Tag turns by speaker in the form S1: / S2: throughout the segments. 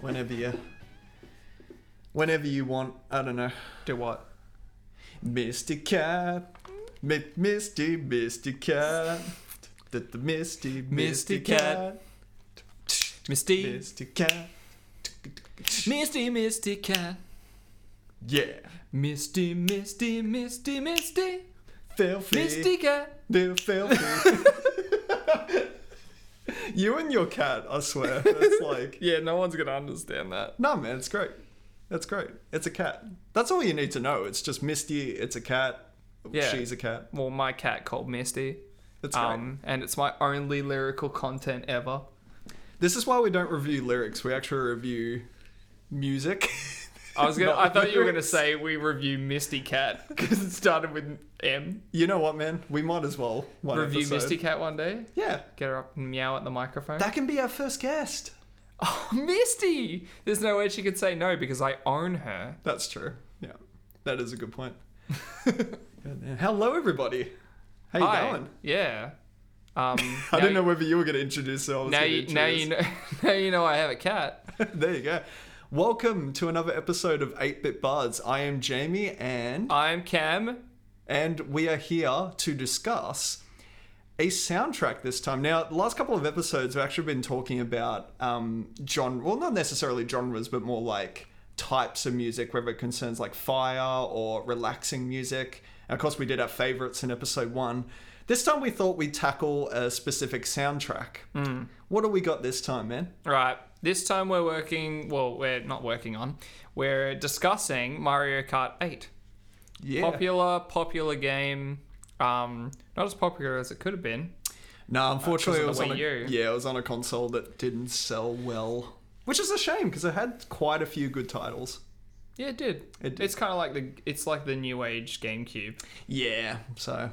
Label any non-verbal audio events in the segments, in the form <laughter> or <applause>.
S1: whenever you, whenever you want. I don't know,
S2: Do what?
S1: Misty Cat, mi- Misty Misty Cat, the, the Misty
S2: Misty Cat. Misty.
S1: Misty Cat,
S2: Misty, Misty Cat.
S1: yeah,
S2: Misty, Misty, Misty, Misty.
S1: filthy,
S2: Misty Cat.
S1: they're filthy. <laughs> you and your cat, I swear, that's like.
S2: Yeah, no one's gonna understand that.
S1: No, man, it's great. That's great. It's a cat. That's all you need to know. It's just Misty. It's a cat.
S2: Yeah.
S1: She's a cat.
S2: Well, my cat called Misty.
S1: That's great.
S2: Um, and it's my only lyrical content ever.
S1: this is why we don't review lyrics. We actually review music.
S2: <laughs> I was <laughs> gonna.
S1: Not
S2: I thought you were gonna
S1: lyrics.
S2: say we review Misty Cat because it started with M.
S1: You know what, man? We might as well one
S2: <laughs> Review
S1: episode.
S2: Misty Cat one day.
S1: Yeah,
S2: Get her up and meow at the microphone.
S1: that can be our first guest.
S2: <laughs> oh, Misty! There's no way she could say no because I own her.
S1: That's true. Yeah, that is a good
S2: <laughs>
S1: point. Good, yeah. Hello, everybody. How you
S2: Hi.
S1: going?
S2: Yeah. <laughs>
S1: I
S2: Um, now
S1: didn't
S2: you-
S1: know whether you were going to introduce. So I was
S2: Now
S1: gonna
S2: you, now
S1: introduce.
S2: you know. <laughs> Now you know I have a cat.
S1: <laughs> there you go. Welcome to another episode of 8 Bit Bards. I am Jamie, and
S2: I'm Cam.
S1: and we are here to discuss a soundtrack this time. Now, the last couple of episodes, we've actually been talking about um, genre, well, not necessarily genres, but more like types of music, whether it concerns like fire or relaxing music. And of course, we did our favorites in episode one. This time, we thought we'd tackle a specific soundtrack. What do we got this time, man?
S2: Right. This time we're working. Well, we're not working on. We're discussing Mario Kart 8.
S1: Yeah.
S2: Popular, popular game. Um, not as popular as it could have been.
S1: No, unfortunately,
S2: Uh,
S1: it
S2: 'cause
S1: was
S2: of
S1: on
S2: the
S1: a,
S2: Wii U.
S1: yeah, it was on a console that didn't sell well, which is a shame because it had quite a few good titles.
S2: Yeah, it did.
S1: It did.
S2: It's kind of like the. It's like the new age GameCube.
S1: Yeah, so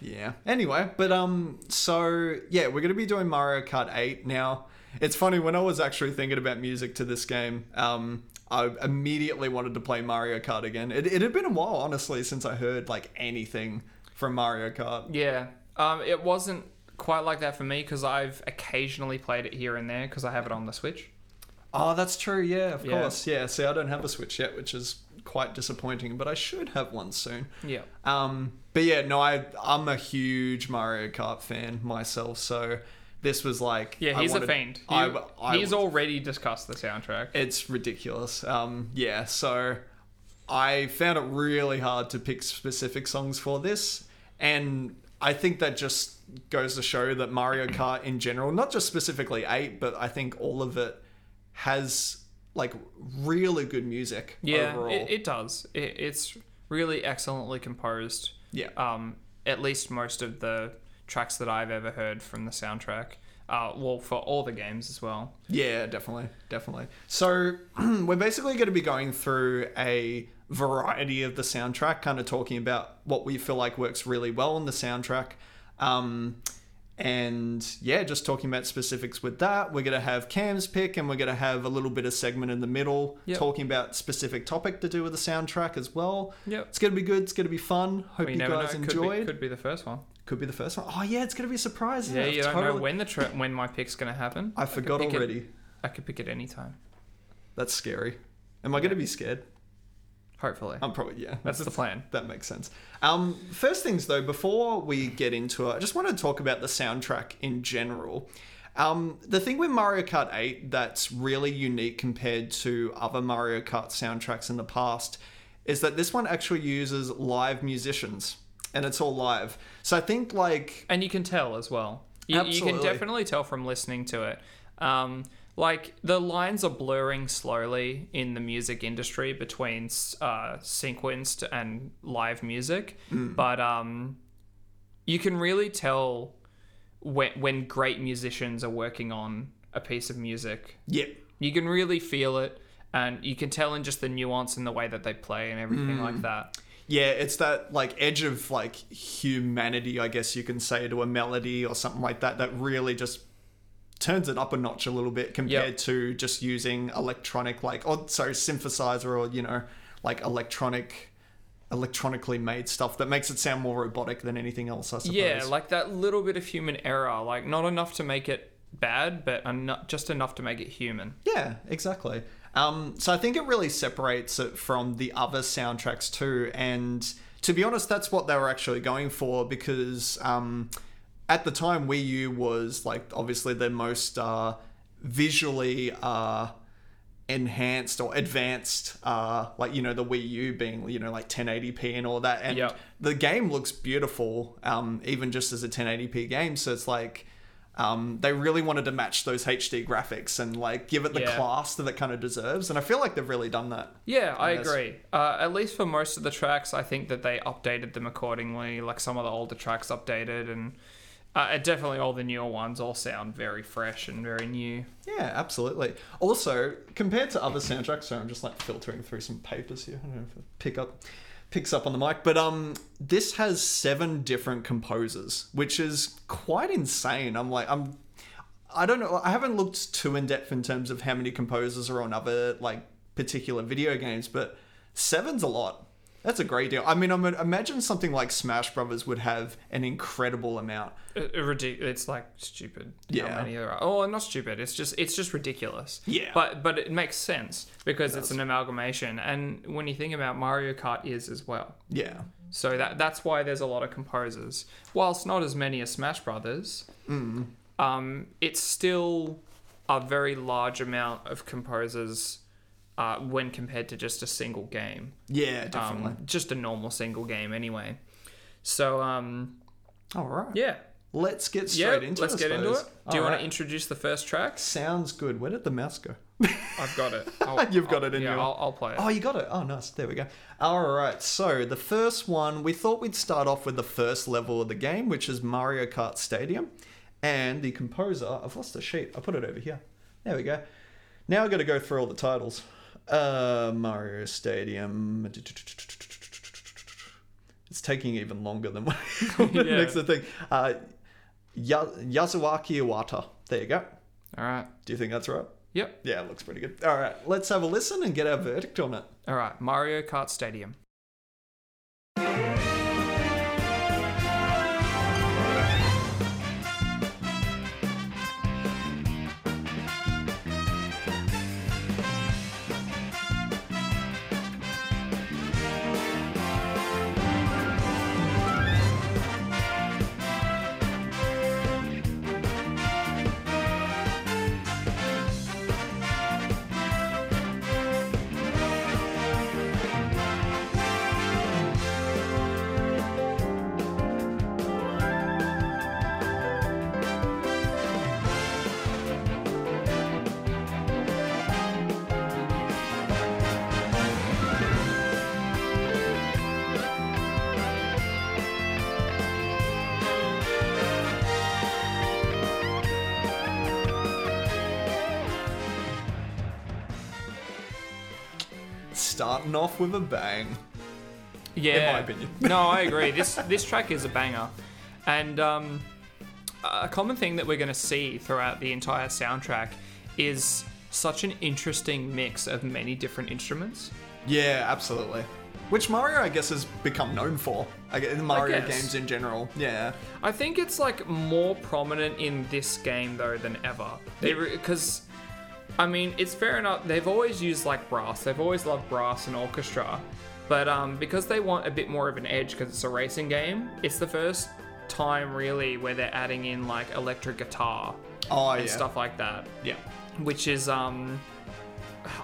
S1: yeah. Anyway, but um, so yeah, we're gonna be doing Mario Kart Eight now. It's funny when I was actually thinking about music to this game, um, I immediately wanted to play Mario Kart again. It, it had been a while, honestly, since I heard like anything from Mario Kart.
S2: Yeah. Um, it wasn't quite like that for me because I've occasionally played it here and there because I have it on the Switch.
S1: Oh, that's true. Yeah, of
S2: Yeah.
S1: course. Yeah. See, I don't have a Switch yet, which is quite disappointing, but I should have one soon.
S2: Yeah.
S1: Um, but yeah, no, I I'm a huge Mario Kart fan myself, so this was like
S2: Yeah,
S1: I
S2: he's
S1: wanted-
S2: a fiend. He,
S1: I, I,
S2: he's already discussed the soundtrack.
S1: it's ridiculous. Um, yeah, so I found it really hard to pick specific songs for this, and I think that just goes to show that Mario Kart in general, not just specifically eight, but I think all of it has like really good music
S2: Yeah,
S1: overall.
S2: it, it does. It, it's really excellently composed.
S1: yeah,
S2: Um, at least most of the tracks that I've ever heard from the soundtrack. Uh, well, for all the games as well.
S1: Yeah, definitely, definitely. So <clears throat> we're basically going to be going through a variety of the soundtrack, kind of talking about what we feel like works really well on the soundtrack, um, and yeah, just talking about specifics with that. We're going to have Cam's pick, and we're going to have a little bit of segment in the middle
S2: Yep.
S1: talking about specific topic to do with the soundtrack as well.
S2: Yep.
S1: It's going to be good. It's going to be fun. Hope
S2: We
S1: you
S2: never
S1: guys
S2: know. Could be-
S1: enjoyed.
S2: Could be, the first one.
S1: Could be the first one. Oh yeah, it's going to be a surprise. isn't
S2: Yeah,
S1: it?
S2: you don't know
S1: Totally.
S2: when the tra- when my pick's gonna happen.
S1: I forgot
S2: pick it.
S1: already.
S2: I could pick it any time.
S1: That's scary. Am I going to be scared?
S2: Hopefully,
S1: I'm probably yeah.
S2: that's the plan.
S1: That makes sense. Um, first things though, before we get into it, I just want to talk about the soundtrack in general. Um, the thing with Mario Kart 8 that's really unique compared to other Mario Kart soundtracks in the past is that this one actually uses live musicians and it's all live. So I think like
S2: and you can tell as well. You, you can
S1: Absolutely.
S2: definitely tell from listening to it. Um, like the lines are blurring slowly in the music industry between s- uh, sequenced and live music, but um, you can really tell when when great musicians are working on a piece of music.
S1: yeah,
S2: You can really feel it, and you can tell in just the nuance and the way that they play and everything like that.
S1: yeah, it's that like edge of like humanity, I guess you can say, to a melody or something like that that really just turns it up a notch a little bit compared to just using electronic like or sorry synthesizer or you know like electronic electronically made stuff that makes it sound more robotic than anything else I suppose.
S2: Yeah, like that little bit of human error, like not enough to make it bad, but eno- just enough to make it human.
S1: Yeah, exactly. Um, so I think it really separates it from the other soundtracks too. And to be honest, that's what they were actually going for because um, at the time, Wii U was like obviously the most uh, visually uh, enhanced or advanced, uh, like you know the Wii U being you know like 1080p and all that. And
S2: Yep.
S1: the game looks beautiful, um, even just as a 1080p game. So it's like. Um, they really wanted to match those HD graphics and like give it the
S2: Yeah.
S1: class that it kind of deserves, and I feel like they've really done that.
S2: Yeah, I
S1: Yes.
S2: agree. Uh, at least for most of the tracks, I think that they updated them accordingly. Like some of the older tracks updated, and uh, and definitely all the newer ones all sound very fresh and very new.
S1: Yeah, absolutely. Also, compared to other soundtracks, so I'm just like filtering through some papers here. I don't know if it pick up picks up on the mic, but um, this has seven different composers, which is quite insane. I'm like, I'm, I don't know. I haven't looked too in depth in terms of how many composers are on other like particular video games, but seven's a lot. That's a great deal. I mean, I'm, imagine something like Smash Brothers would have an incredible amount.
S2: It- it ridic- Uh, It's like stupid.
S1: Yeah.
S2: How many there are? Oh, not stupid. It's just it's just ridiculous.
S1: Yeah.
S2: But but it makes sense because it's an amalgamation, and when you think about Mario Kart is as well.
S1: Yeah.
S2: So that that's why there's a lot of composers. Whilst not as many as Smash Brothers,
S1: Hmm.
S2: um, it's still a very large amount of composers uh, when compared to just a single game.
S1: Yeah,
S2: Um,
S1: definitely.
S2: just a normal single game, anyway. So um,
S1: All right.
S2: yeah,
S1: Let's get
S2: yeah.
S1: straight into
S2: Let's
S1: I
S2: get into
S1: suppose.
S2: it. Do you
S1: All
S2: want
S1: right.
S2: to introduce the first track?
S1: Sounds good. Where did the mouse go?
S2: I've
S1: <laughs>
S2: got it. I'll,
S1: You've got
S2: I'll-
S1: it in
S2: yeah,
S1: your-
S2: I'll, I'll play it.
S1: Oh, you got it. Oh, nice. There we go. All right. So the first one, we thought we'd start off with the first level of the game, which is Mario Kart Stadium, and the composer. I've lost the sheet. I put it over here. There we go. Now I got to go through all the titles. Uh, Mario Stadium. It's taking even longer than <laughs> what
S2: Yeah.
S1: next the thing. Uh, Ya- Yasuaki Iwata. There you go.
S2: All right.
S1: Do you think that's right?
S2: Yep.
S1: Yeah, it looks pretty good. All right, let's have a listen and get our verdict on it.
S2: All right. Mario Kart Stadium.
S1: Starting off with a bang.
S2: Yeah,
S1: my opinion.
S2: no,
S1: <laughs>
S2: I agree. This this track is a banger, and um, a common thing that we're going to see throughout the entire soundtrack is such an interesting mix of many different instruments.
S1: Yeah, absolutely. Which Mario, I guess, has become known for. I guess, in Mario
S2: guess.
S1: games in general. Yeah.
S2: I think it's like more prominent in this game though than ever. They because I mean it's fair enough. They've always used like brass. They've always loved brass and orchestra, but um, because they want a bit more of an edge because it's a racing game. It's the first time really where they're adding in like electric guitar
S1: Oh,
S2: and
S1: yeah.
S2: stuff like that,
S1: Yeah.
S2: which is um.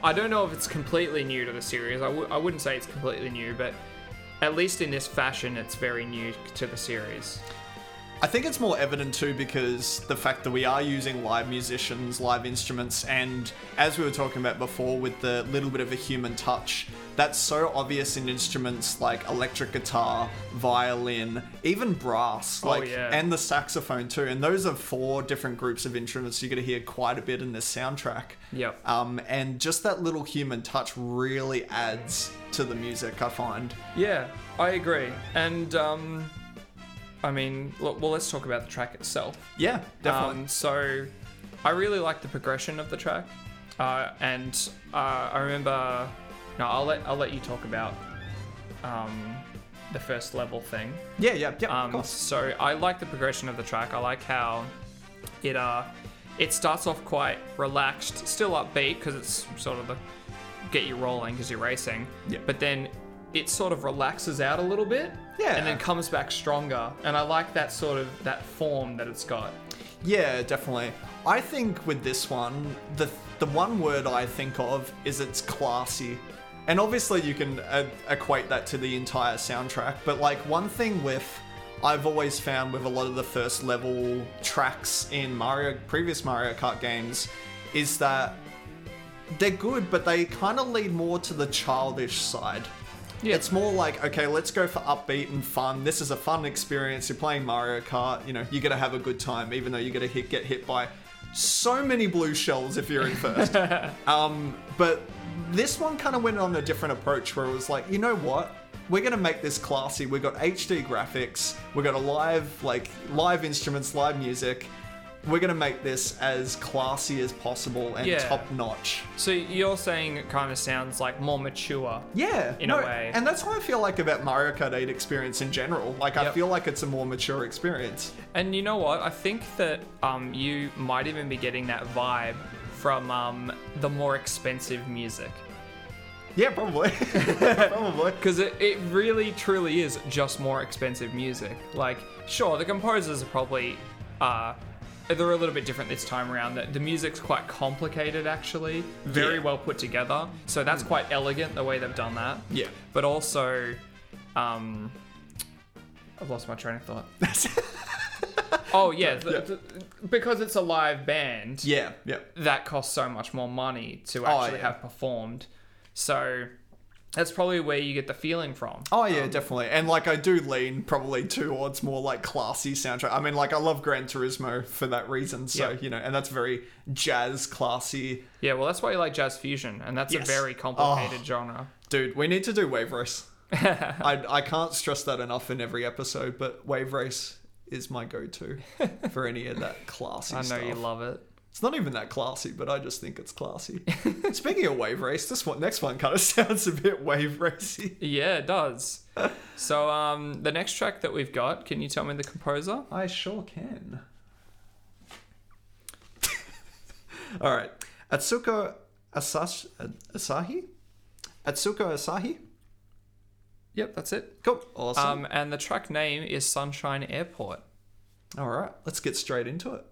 S2: I don't know if it's completely new to the series. I w- I wouldn't say it's completely new, but at least in this fashion, it's very new to the series.
S1: I think it's more evident too because the fact that we are using live musicians, live instruments, and as we were talking about before with the little bit of a human touch, that's so obvious in instruments like electric guitar, violin, even brass, like
S2: Oh, yeah.
S1: and the saxophone too. And those are four different groups of instruments you're gonna hear quite a bit in this soundtrack.
S2: Yep.
S1: Um, and just that little human touch really adds to the music, I find.
S2: Yeah, I agree. And um, I mean, look, well, let's talk about the track itself.
S1: Yeah, definitely.
S2: Um, so, I really like the progression of the track, uh, and uh, I remember. No, I'll let I'll let you talk about um, the first level thing.
S1: yeah, yeah, yeah, of
S2: Um,
S1: course.
S2: so I like the progression of the track. I like how it uh it starts off quite relaxed, still upbeat because it's sort of the get you rolling because you're racing.
S1: Yeah.
S2: But then it sort of relaxes out a little bit.
S1: Yeah.
S2: And then comes back stronger. And I like that sort of that form that it's got.
S1: Yeah, definitely. I think with this one, the the one word I think of is it's classy. And obviously you can uh, equate that to the entire soundtrack, but like one thing with I've always found with a lot of the first level tracks in Mario previous Mario Kart games is that they're good, but they kind of lead more to the childish side.
S2: Yeah.
S1: It's more like, okay, let's go for upbeat and fun. This is a fun experience. You're playing Mario Kart, you know, you're going to have a good time, even though you're going to hit, get hit by so many blue shells if you're in
S2: <laughs>
S1: first. um, but this one kind of went on a different approach where it was like, you know what? We're going to make this classy. We've got HD graphics. We've got a live, like, live instruments, live music. We're going to make this as classy as possible and
S2: Yeah.
S1: top notch.
S2: So you're saying it kind of sounds like more mature.
S1: Yeah,
S2: in a way.
S1: and that's how I feel like about Mario Kart 8 experience in general. Like I
S2: Yep.
S1: feel like it's a more mature experience.
S2: And you know what? I think that um, you might even be getting that vibe from um, the more expensive music.
S1: Yeah,
S2: <laughs>
S1: probably, <laughs> probably.
S2: Because it, it really, truly is just more expensive music. Like, sure, the composers are probably. Uh, they're a little bit different this time around. The, the music's quite complicated, actually. Very
S1: Yeah.
S2: well put together. So that's quite elegant the way they've done that.
S1: Yeah.
S2: But also. Um, I've lost my train of thought. oh, yeah. th-
S1: Yeah.
S2: th- because it's a live band
S1: yeah, yeah,
S2: that costs so much more money to
S1: Oh,
S2: actually
S1: yeah.
S2: have performed. So that's probably where you get the feeling from.
S1: oh yeah, definitely. And like I do lean probably towards more like classy soundtrack. I mean, like I love Gran Turismo for that reason. So
S2: Yeah.
S1: you know, and that's very jazz classy.
S2: Yeah, well, that's why you like jazz fusion, and that's
S1: Yes. Oh,
S2: a very complicated genre.
S1: Dude, we need to do Wave
S2: <laughs>
S1: Race. I I can't stress that enough in every episode, but Wave Race is my
S2: <laughs>
S1: go-to for any of that classy
S2: I know
S1: stuff.
S2: you love it.
S1: It's not even that classy, but I just think it's classy. <laughs> Speaking of wave race, this one next one kind of <laughs> sounds a bit wave racy.
S2: Yeah, it does.
S1: <laughs>
S2: so um, the next track that we've got, can you tell me the composer?
S1: I sure can. <laughs> All right, Atsuko Asash- Asahi. Atsuko Asahi.
S2: Yep, that's it.
S1: Cool. Awesome.
S2: Um, and the track name is Sunshine Airport.
S1: All right, let's get straight into it.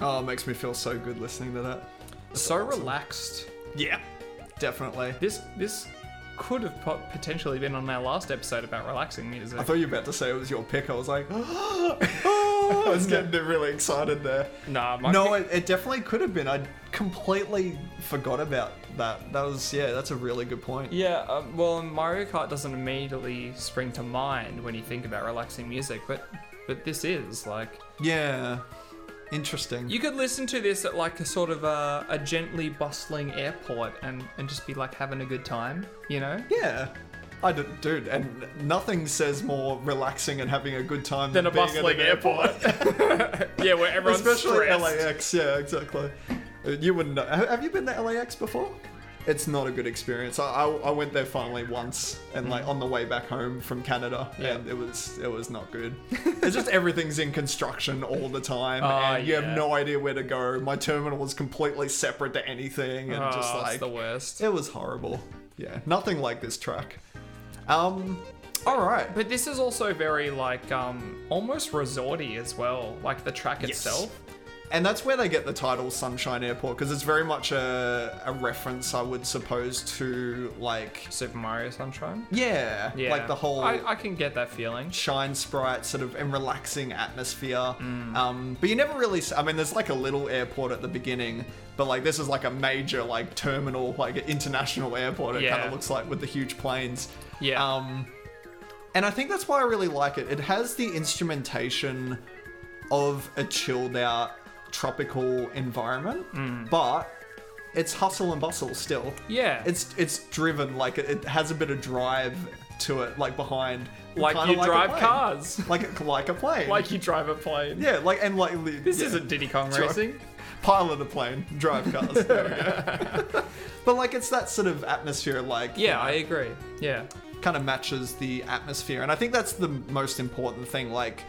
S1: Oh, it makes me feel so good listening to that.
S2: so relaxed.
S1: Yeah, definitely.
S2: This this could have po- potentially been on our last episode about relaxing music.
S1: I thought you were about to say it was your pick. I was <laughs> like, <gasps> I was getting really excited there.
S2: nah, my
S1: no, it, it definitely could have been. I completely forgot about that. That was yeah, that's a really good point.
S2: Yeah, um, well, Mario Kart doesn't immediately spring to mind when you think about relaxing music, but but this is like
S1: Yeah, interesting.
S2: you could listen to this at like a sort of a, a gently bustling airport and and just be like having a good time, you know,
S1: yeah, I d- dude, and nothing says more relaxing and having a good time
S2: than a
S1: being at an
S2: bustling airport. <laughs> yeah, where everyone's
S1: especially
S2: stressed.
S1: LAX. Yeah, exactly. Uh, You wouldn't. Know. Have have you been to LAX before? It's not a good experience. I, I, I went there finally once, and like on the way back home from Canada,
S2: Yeah.
S1: and it was it was not good. it's just everything's in construction all the time,
S2: Ah,
S1: and you
S2: yeah.
S1: have no idea where to go. My terminal was completely separate to anything, and
S2: Oh,
S1: just
S2: it's
S1: like
S2: the worst.
S1: it was horrible. Yeah, nothing like this track. Um, All right.
S2: But this is also very like um almost resorty as well, like the track itself.
S1: And that's where they get the title Sunshine Airport because it's very much a, a reference, I would suppose, to like,
S2: Super Mario Sunshine.
S1: yeah,
S2: Yeah.
S1: like the whole
S2: I, I can get that feeling.
S1: shine sprite sort of and relaxing atmosphere.
S2: Mm.
S1: Um, but you never really, s- I mean, there's like a little airport at the beginning, but like this is like a major, like terminal, like international airport, it kind
S2: Yeah.
S1: of looks like with the huge planes.
S2: Yeah.
S1: Um, and I think that's why I really like it. It has the instrumentation of a chilled out tropical environment, but it's hustle and bustle still.
S2: Mm. Yeah.
S1: It's it's driven like it, it has a bit of drive to it, like behind.
S2: Like
S1: kinda
S2: you
S1: a
S2: drive
S1: plane. <laughs>
S2: cars. <laughs>
S1: like a, like a plane.
S2: like you drive a
S1: <laughs>
S2: plane.
S1: yeah, like and like li-
S2: This
S1: yeah.
S2: isn't Diddy Kong
S1: Drive-
S2: racing.
S1: pilot a plane, drive
S2: <laughs>
S1: cars. There we go. <laughs> but like it's that sort of atmosphere, like you
S2: Yeah,
S1: know,
S2: I agree. Yeah.
S1: kind of matches the atmosphere. And I think that's the most important thing. Like,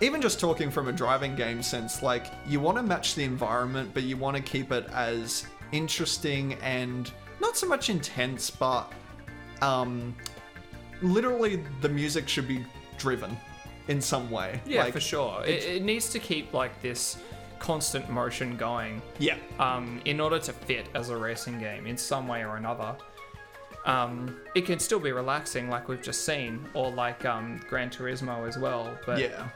S1: even just talking from a driving game sense, like, you want to match the environment, but you want to keep it as interesting and not so much intense, but um, literally the music should be driven in some way.
S2: Yeah,
S1: like,
S2: for sure. It, it needs to keep like this constant motion going
S1: Yeah.
S2: um, in order to fit as a racing game in some way or another. Um, it can still be relaxing, like we've just seen, or like um, Gran Turismo as well. But
S1: Yeah.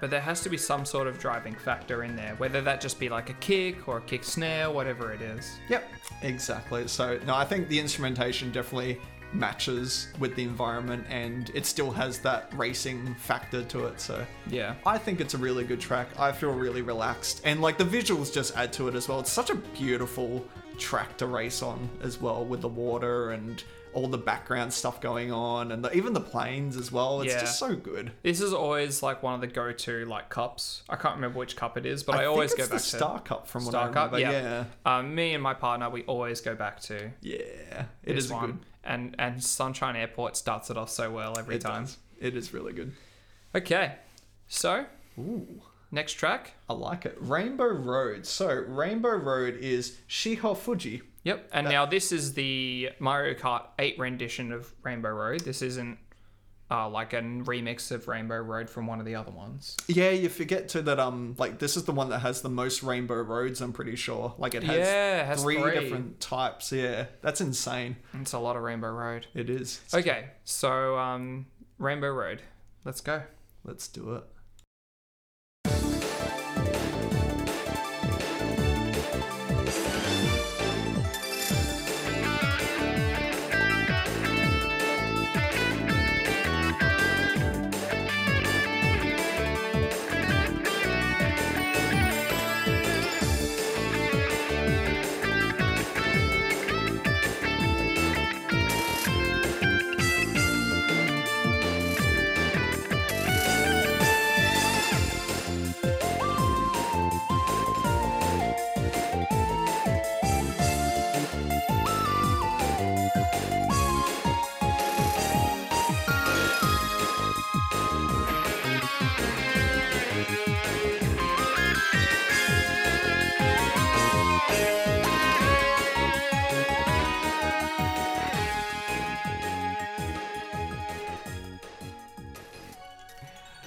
S2: but there has to be some sort of driving factor in there, whether that just be like a kick or a kick snare, whatever it is.
S1: Yep, exactly. So, no, I think the instrumentation definitely matches with the environment and it still has that racing factor to it. So,
S2: Yeah.
S1: I think it's a really good track. I feel really relaxed. And like the visuals just add to it as well. It's such a beautiful track to race on as well with the water and all the background stuff going on and the, even the planes as well. It's
S2: Yeah.
S1: just so good.
S2: This is always like one of the go-to like cups. I can't remember which cup it is, but I, always
S1: think
S2: go
S1: it's
S2: back
S1: the
S2: to
S1: Star Cup from
S2: Star
S1: what I
S2: Cup.
S1: remember.
S2: yeah. Um, me and my partner, we always go back to
S1: Yeah. Yeah. It
S2: this
S1: is a
S2: one.
S1: good.
S2: And and Sunshine Airport starts it off so well every
S1: It
S2: time.
S1: does. It is really good.
S2: Okay. So,
S1: Ooh.
S2: next track.
S1: I like it. Rainbow Road. So Rainbow Road is Shiho Fuji.
S2: Yep. And now this is the Mario Kart 8 rendition of Rainbow Road. This isn't uh, like a remix of Rainbow Road from one of the other ones.
S1: Yeah, you forget too that um like this is the one that has the most rainbow roads, I'm pretty sure. Like it has,
S2: Yeah, it has
S1: three,
S2: three.
S1: different types. Yeah. That's insane.
S2: It's a lot of Rainbow Road.
S1: It is.
S2: Okay. So, um, Rainbow Road. Let's go.
S1: Let's do it.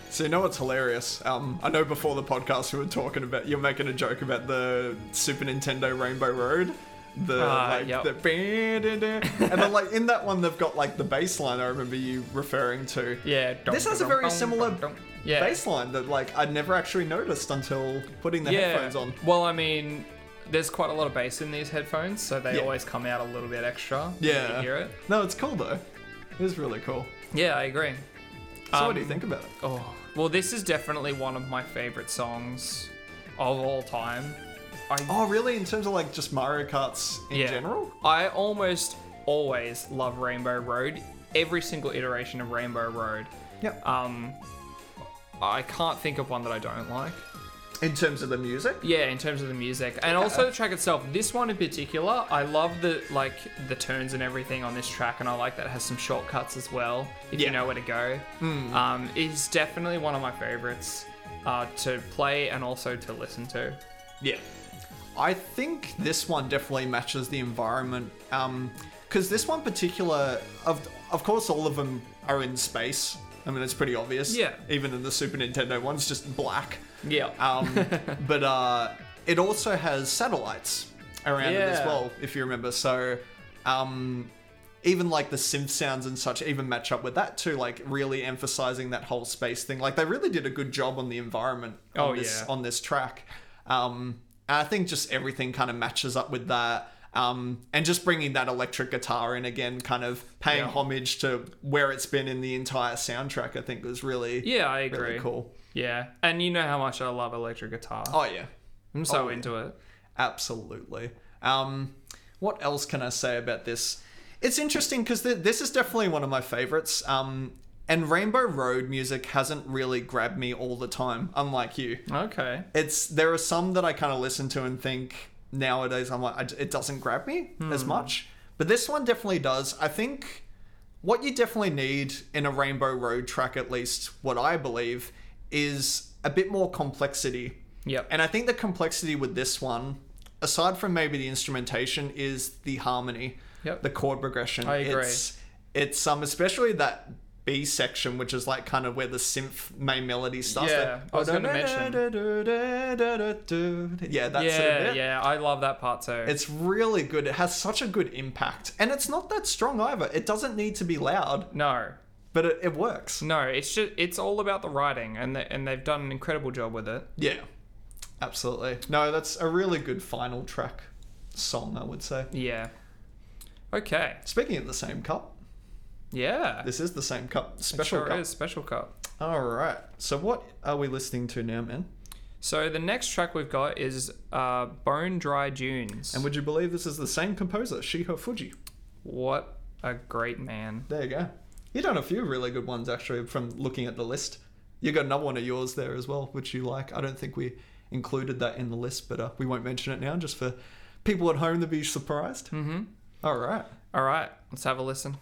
S1: So you know what's hilarious? Um, I know before the podcast we were talking about you're making a joke about the Super Nintendo Rainbow Road. The
S2: Ah,
S1: like
S2: yep.
S1: the and then like in that one they've got like the bass line I remember you referring to.
S2: <laughs> Yeah.
S1: This has a very similar
S2: yeah.
S1: baseline that like I'd never actually noticed until putting the headphones on.
S2: Well, I mean, there's quite a lot of bass in these headphones, so they
S1: Yeah.
S2: always come out a little bit extra. when
S1: Yeah.
S2: You hear it.
S1: No, it's cool though. It is really cool.
S2: Yeah, I agree.
S1: So what do you
S2: Um,
S1: think about it?
S2: Oh, well, this is definitely one of my favorite songs of all time. I,
S1: Oh, really? In terms of like just Mario Karts in
S2: yeah.
S1: general?
S2: I almost always love Rainbow Road. Every single iteration of Rainbow Road.
S1: Yep.
S2: Um, I can't think of one that I don't like.
S1: in terms of the music?
S2: Yeah, in terms of the music and also the track itself. This one in particular, I love the like the turns and everything on this track, and I like that it has some shortcuts as well. If
S1: Yeah. Hmm.
S2: you know where to go, um, it's definitely one of my favorites uh, to play and also to listen to.
S1: Yeah. I think this one definitely matches the environment. Um, because this one particular, of of course, all of them are in space. I mean, it's pretty obvious.
S2: Yeah.
S1: Even in the Super Nintendo one's just black.
S2: Yeah.
S1: Um,
S2: <laughs>
S1: but uh, it also has satellites around it as
S2: Yeah.
S1: well, if you remember. So um, even like the synth sounds and such even match up with that too, like really emphasizing that whole space thing. Like they really did a good job on the environment on
S2: Oh,
S1: this
S2: yeah.
S1: on this track. Um, and I think just everything kind of matches up with that. Um, and just bringing that electric guitar in again, kind of paying
S2: Yeah.
S1: homage to where it's been in the entire soundtrack, I think was really,
S2: yeah, I agree.
S1: really cool.
S2: Yeah, and you know how much I love electric guitar.
S1: Oh, yeah.
S2: I'm so
S1: oh, yeah.
S2: into it.
S1: Absolutely. Um, what else can I say about this? It's interesting because th- this is definitely one of my favorites. Um, and Rainbow Road music hasn't really grabbed me all the time, unlike you.
S2: Okay.
S1: It's there are some that I kind of listen to and think nowadays I'm like I, it doesn't grab me as much, but this one definitely does. I think what you definitely need in a Rainbow Road track, at least what I believe, is a bit more complexity
S2: Yep.
S1: and I think the complexity with this one, aside from maybe the instrumentation, is the harmony,
S2: Yep.
S1: the chord progression.
S2: I agree.
S1: It's, it's um especially that B section, which is like kind of where the synth main melody starts.
S2: Yeah,
S1: like,
S2: I was gonna
S1: Yeah, that sort of
S2: yeah,
S1: bit.
S2: yeah, I love that part too.
S1: It's really good. It has such a good impact, and it's not that strong either. It doesn't need to be loud,
S2: no,
S1: but it, it works.
S2: no, it's just it's all about the writing, and the, and they've done an incredible job with it.
S1: Yeah, absolutely. No, that's a really good final track song. I would say.
S2: Yeah. Okay.
S1: Speaking of the same cup,
S2: Yeah.
S1: this is the same cup, special
S2: sure
S1: cup.
S2: is special cup.
S1: All right. So what are we listening to now, man?
S2: So the next track we've got is uh, Bone Dry Dunes.
S1: And would you believe this is the same composer, Shiho Fuji?
S2: what a great man.
S1: There you go. You done a few really good ones actually from looking at the list. You got another one of yours there as well, which you like. I don't think we included that in the list, but uh, we won't mention it now just for people at home to be surprised.
S2: Mm-hmm.
S1: All right.
S2: All right, let's have a listen.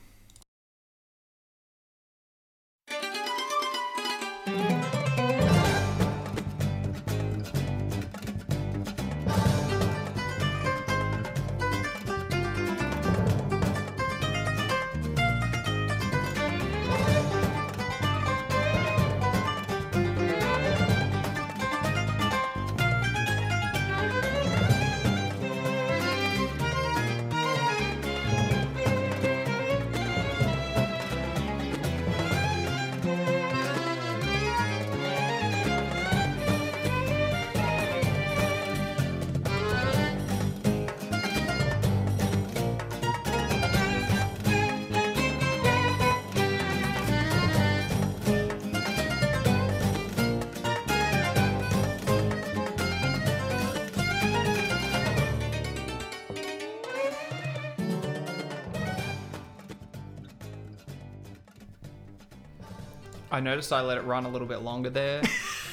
S2: I noticed I let it run a little bit longer there.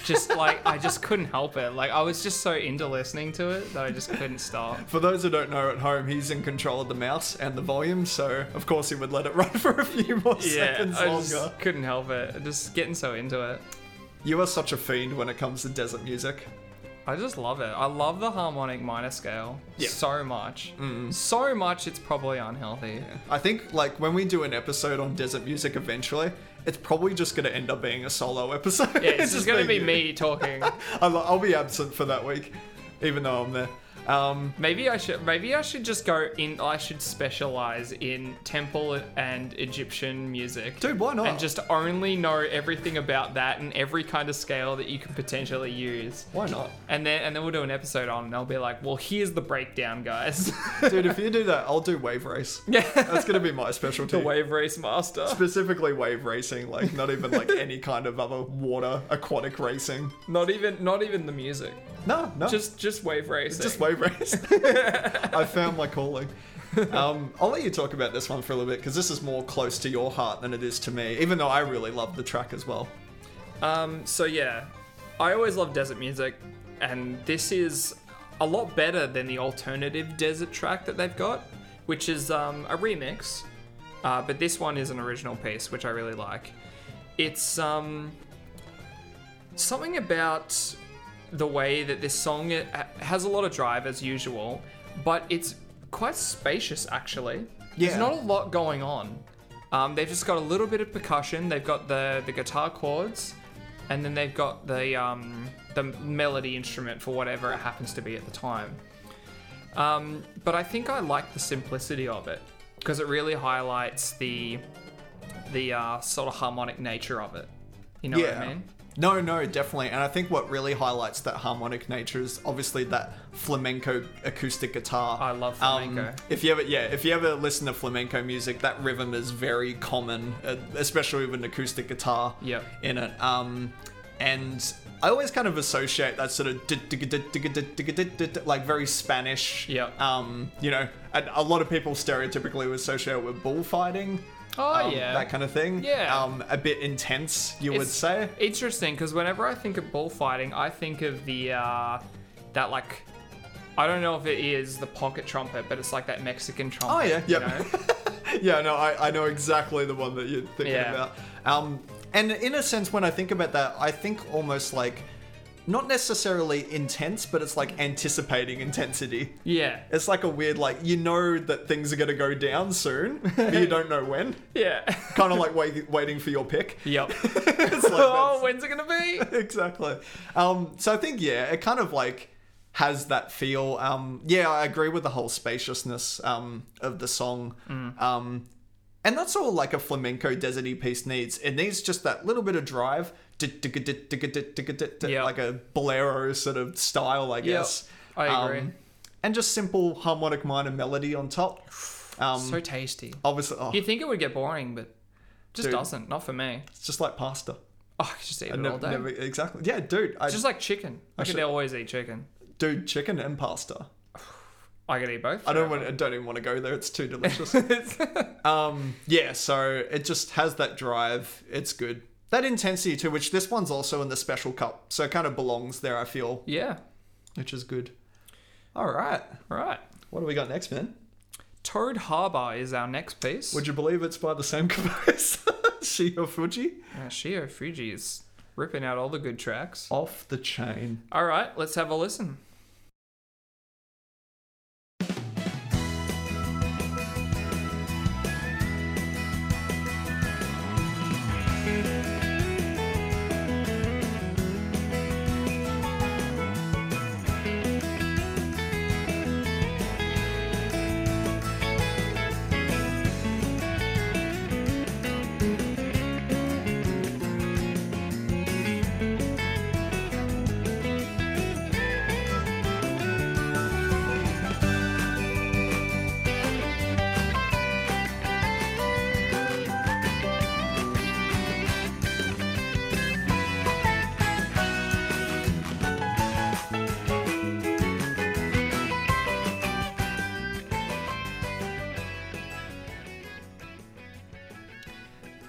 S2: just like I just couldn't help it. Like I was just so into listening to it that I just couldn't stop.
S1: For those who don't know at home, he's in control of the mouse and the volume, so of course he would let it <laughs> run for a few more seconds
S2: I
S1: longer.
S2: just couldn't help it. Just getting so into it.
S1: You are such a fiend when it comes to desert music.
S2: I just love it. I love the harmonic minor scale
S1: Yeah.
S2: so much. So much it's probably unhealthy.
S1: I think like when we do an episode on desert music eventually, it's probably just going to end up being a solo episode.
S2: Yeah,
S1: <laughs>
S2: it's just gonna
S1: being
S2: be
S1: you.
S2: me talking.
S1: I'll, I'll be absent for that week, even though I'm there. Um,
S2: maybe I should maybe I should just go in I should specialize in temple and Egyptian music.
S1: dude, why not?
S2: and just only know everything about that and every kind of scale that you can potentially use.
S1: why not,
S2: And then and then we'll do an episode on and they'll be like, well here's the
S1: <laughs>
S2: breakdown guys. <laughs>
S1: dude? If you do that, I'll do wave race.
S2: yeah.
S1: That's going to be my specialty.
S2: the wave race master.
S1: Specifically, wave racing, like not even like any kind of other water aquatic racing.
S2: Not even not even the music.
S1: No, no,
S2: Just just wave racing.
S1: Just wave race. <laughs> I found my calling. Um, I'll let you talk about this one for a little bit because this is more close to your heart than it is to me, even though I really love the track as well.
S2: Um, so yeah, I always love desert music, and this is a lot better than the alternative desert track that they've got, which is um, a remix. Uh, but this one is an original piece, which I really like. It's um, something about the way that this song it ha- has a lot of drive as usual, but it's quite spacious actually.
S1: Yeah.
S2: There's not a lot going on. Um, they've just got a little bit of percussion. They've got the the guitar chords, and then they've got the um, the melody instrument for whatever it happens to be at the time. Um, but I think I like the simplicity of it because it really highlights the the uh, sort of harmonic nature of it. You know
S1: yeah.
S2: what I mean?
S1: No, no, definitely. And I think what really highlights that harmonic nature is obviously that flamenco acoustic guitar.
S2: I love
S1: Um,
S2: flamenco.
S1: if you ever, yeah, if you ever listen to flamenco music, that rhythm is very common, uh, especially with an acoustic guitar
S2: Yep.
S1: in it. Um, and I always kind of associate that sort of dit- dig- dit- dig- dit- dig- dit- dit- dit- like very Spanish.
S2: Yep.
S1: Um, you know, and a lot of people stereotypically would associate it with bullfighting.
S2: Oh
S1: um,
S2: yeah.
S1: That kind of thing.
S2: Yeah.
S1: Um, a bit intense, you would
S2: It's
S1: say.
S2: Interesting, because whenever I think of bullfighting, I think of the uh, that like I don't know if it is the pocket trumpet, but it's like that Mexican trumpet.
S1: Oh, yeah,
S2: Oh, you
S1: yep. <laughs>
S2: know?
S1: yeah, no, I, I know exactly the one that you're thinking
S2: Yeah.
S1: about. Um, and in a sense, when I think about that, I think almost like not necessarily intense, but it's like anticipating intensity.
S2: yeah,
S1: It's like a weird, like you know that things are gonna go down soon, <laughs> but you don't know when.
S2: yeah, <laughs>
S1: Kind of like wait, waiting for your pick.
S2: yep.
S1: <laughs> It's like
S2: oh,
S1: that's-
S2: when's it gonna
S1: <laughs>
S2: be?
S1: exactly. Um, so I think yeah, it kind of like has that feel. Um, yeah, I agree with the whole spaciousness um, of the song.
S2: Mm.
S1: Um, and that's all like a flamenco deserty piece needs. It needs just that little bit of drive,
S2: Yeah.
S1: like a bolero sort of style, I guess.
S2: I agree.
S1: Um, and just simple harmonic minor melody on
S2: <sighs>
S1: top. Um,
S2: so tasty.
S1: obviously, oh,
S2: You think it would get boring, but just
S1: Dude.
S2: doesn't. Not for me.
S1: it's just like pasta.
S2: Oh, I could just eat it all
S1: Never,
S2: day.
S1: never, exactly. Yeah, dude. I,
S2: Just like chicken. I, could
S1: should-
S2: always eat chicken.
S1: dude, chicken and pasta.
S2: I could eat both.
S1: I don't want. I don't even want to go there. It's too delicious. um, yeah. So it just has that drive. It's good. That intensity too, which this one's also in the special cup, so it kind of belongs there. I feel,
S2: Yeah.
S1: which is good. All right.
S2: Right.
S1: What do we got next, man?
S2: Toad Harbor is our next piece.
S1: Would you believe it's by the same <laughs> composer, Shio Fuji?
S2: Yeah, Shio Fuji is ripping out all the good tracks.
S1: Off the chain.
S2: All right, let's have a listen.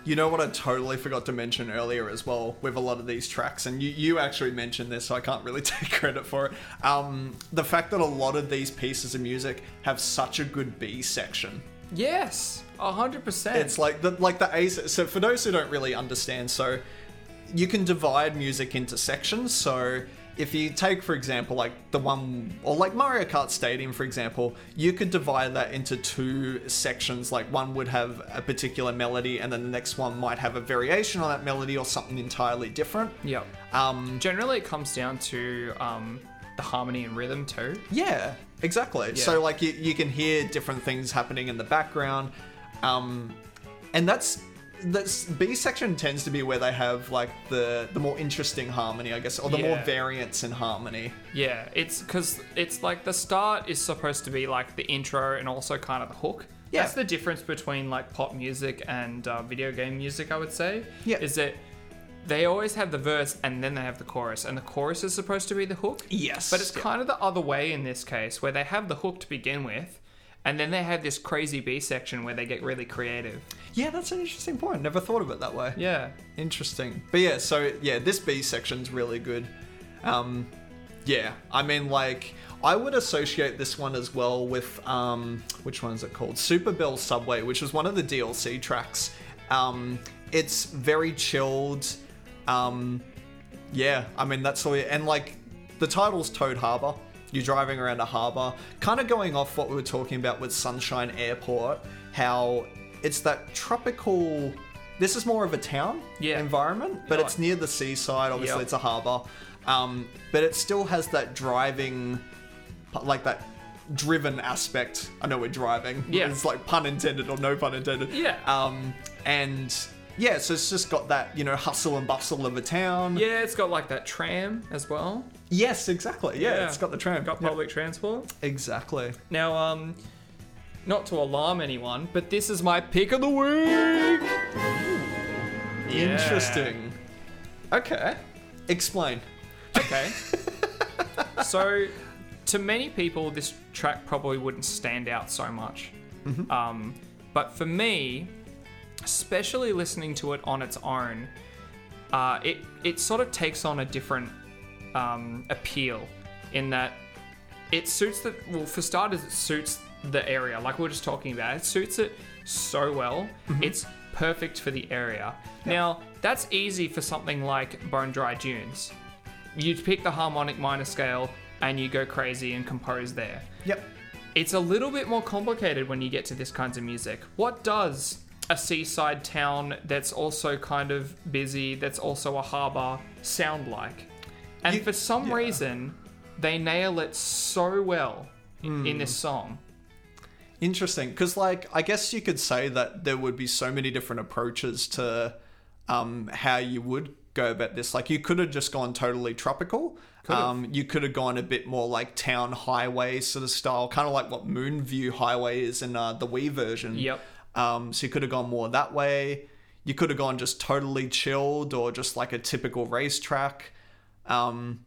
S1: You know what I totally forgot to mention earlier as well with a lot of these tracks, and you, you actually mentioned this, so I can't really <laughs> take credit for it. Um, the fact that a lot of these pieces of music have such a good B section.
S2: Yes, a hundred percent.
S1: It's like the like the A. se- So for those who don't really understand, so you can divide music into sections. So if you take, for example, like the one or like Mario Kart Stadium, for example, you could divide that into two sections. Like one would have a particular melody, and then the next one might have a variation on that melody or something entirely different.
S2: Yep.
S1: Um,
S2: Generally, it comes down to um, the harmony and rhythm too.
S1: Yeah, exactly. So like you, you can hear different things happening in the background, um, and that's that's B section tends to be where they have like the the more interesting harmony, I guess, or the more
S2: Yeah.
S1: variance in harmony.
S2: Yeah, it's because it's like the start is supposed to be like the intro and also kind of the hook.
S1: Yeah.
S2: That's the difference between like pop music and uh, video game music, I would say.
S1: Yeah.
S2: Is that they always have the verse and then they have the chorus, and the chorus is supposed to be the hook.
S1: Yes,
S2: But it's
S1: yeah.
S2: kind of the other way in this case, where they have the hook to begin with, and then they have this crazy B section where they get really creative.
S1: Yeah, that's an interesting point. Never thought of it that way.
S2: Yeah.
S1: Interesting. But yeah, so yeah, this B section's really good. Um, yeah, I mean, like, I would associate this one as well with, um, which one is it called? Super Bell Subway, which was one of the DLC tracks. Um, it's very chilled. Um, yeah, I mean, that's all. And like, the title's Toad Harbor. You're driving around a harbor, kind of going off what we were talking about with Sunshine Airport, how it's that tropical. This is more of a town
S2: Yeah.
S1: environment, but
S2: Right.
S1: it's near the seaside. Obviously,
S2: Yep.
S1: it's a harbour, um, but it still has that driving, like that driven aspect. I know we're driving.
S2: Yeah.
S1: it's like pun intended or no pun intended.
S2: Yeah.
S1: Um, and yeah, so it's just got that you know hustle and bustle of a town.
S2: Yeah, it's got like that tram as well.
S1: Yes, exactly. Yeah,
S2: Yeah.
S1: it's got the tram.
S2: Got
S1: Yeah.
S2: public transport.
S1: Exactly.
S2: Now, um, not to alarm anyone, but this is my pick of the week. Yeah.
S1: Interesting. Okay. Explain.
S2: Okay. so, to many people, this track probably wouldn't stand out so much. Um, but for me, especially listening to it on its own, uh, it it sort of takes on a different um, appeal in that it suits the well for starters it suits the area like we are just talking about it suits it so well it's perfect for the area now that's easy for something like bone dry dunes you pick the harmonic minor scale and you go crazy and compose there
S1: Yep.
S2: it's a little bit more complicated when you get to this kinds of music. What does a seaside town that's also kind of busy, that's also a harbour, sound like? And
S1: You-
S2: for some
S1: yeah.
S2: reason, they nail it so well i-
S1: Hmm.
S2: in this song.
S1: Interesting, because like I guess you could say that there would be so many different approaches to um, how you would go about this. Like you could have just gone totally tropical. Um, you could have gone a bit more like town highway sort of style, kind of like what Moonview Highway is in uh, the Wii version.
S2: Yep.
S1: Um, so you could have gone more that way. You could have gone just totally chilled or just like a typical racetrack. Um,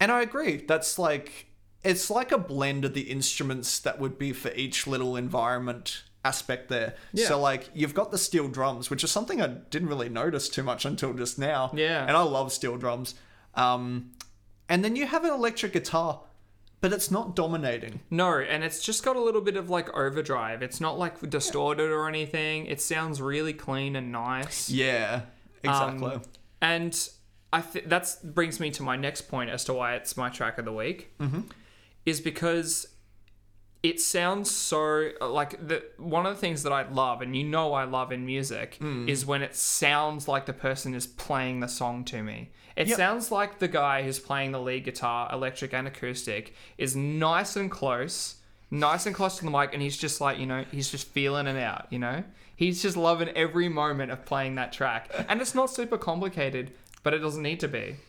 S1: and I agree. That's like it's like a blend of the instruments that would be for each little environment aspect there.
S2: Yeah.
S1: So like you've got the steel drums, which is something I didn't really notice too much until just now.
S2: Yeah.
S1: And I love steel drums. Um, and then you have an electric guitar, but it's not dominating.
S2: No, and it's just got a little bit of like overdrive. It's not like distorted or anything. It sounds really clean and nice.
S1: Yeah. Exactly.
S2: Um, and I th- that brings me to my next point as to why it's my track of the week, mm-hmm. is because it sounds so uh, like the one of the things that I love, and you know I love in music,
S1: Hmm.
S2: is when it sounds like the person is playing the song to me. It
S1: Yep.
S2: sounds like the guy who's playing the lead guitar, electric and acoustic, is nice and close. Nice and close to the mic, and he's just like, you know, he's just feeling it out, you know? He's just loving every moment of playing
S1: <laughs>
S2: that track. And it's not super complicated, but it doesn't need to be.
S1: <laughs>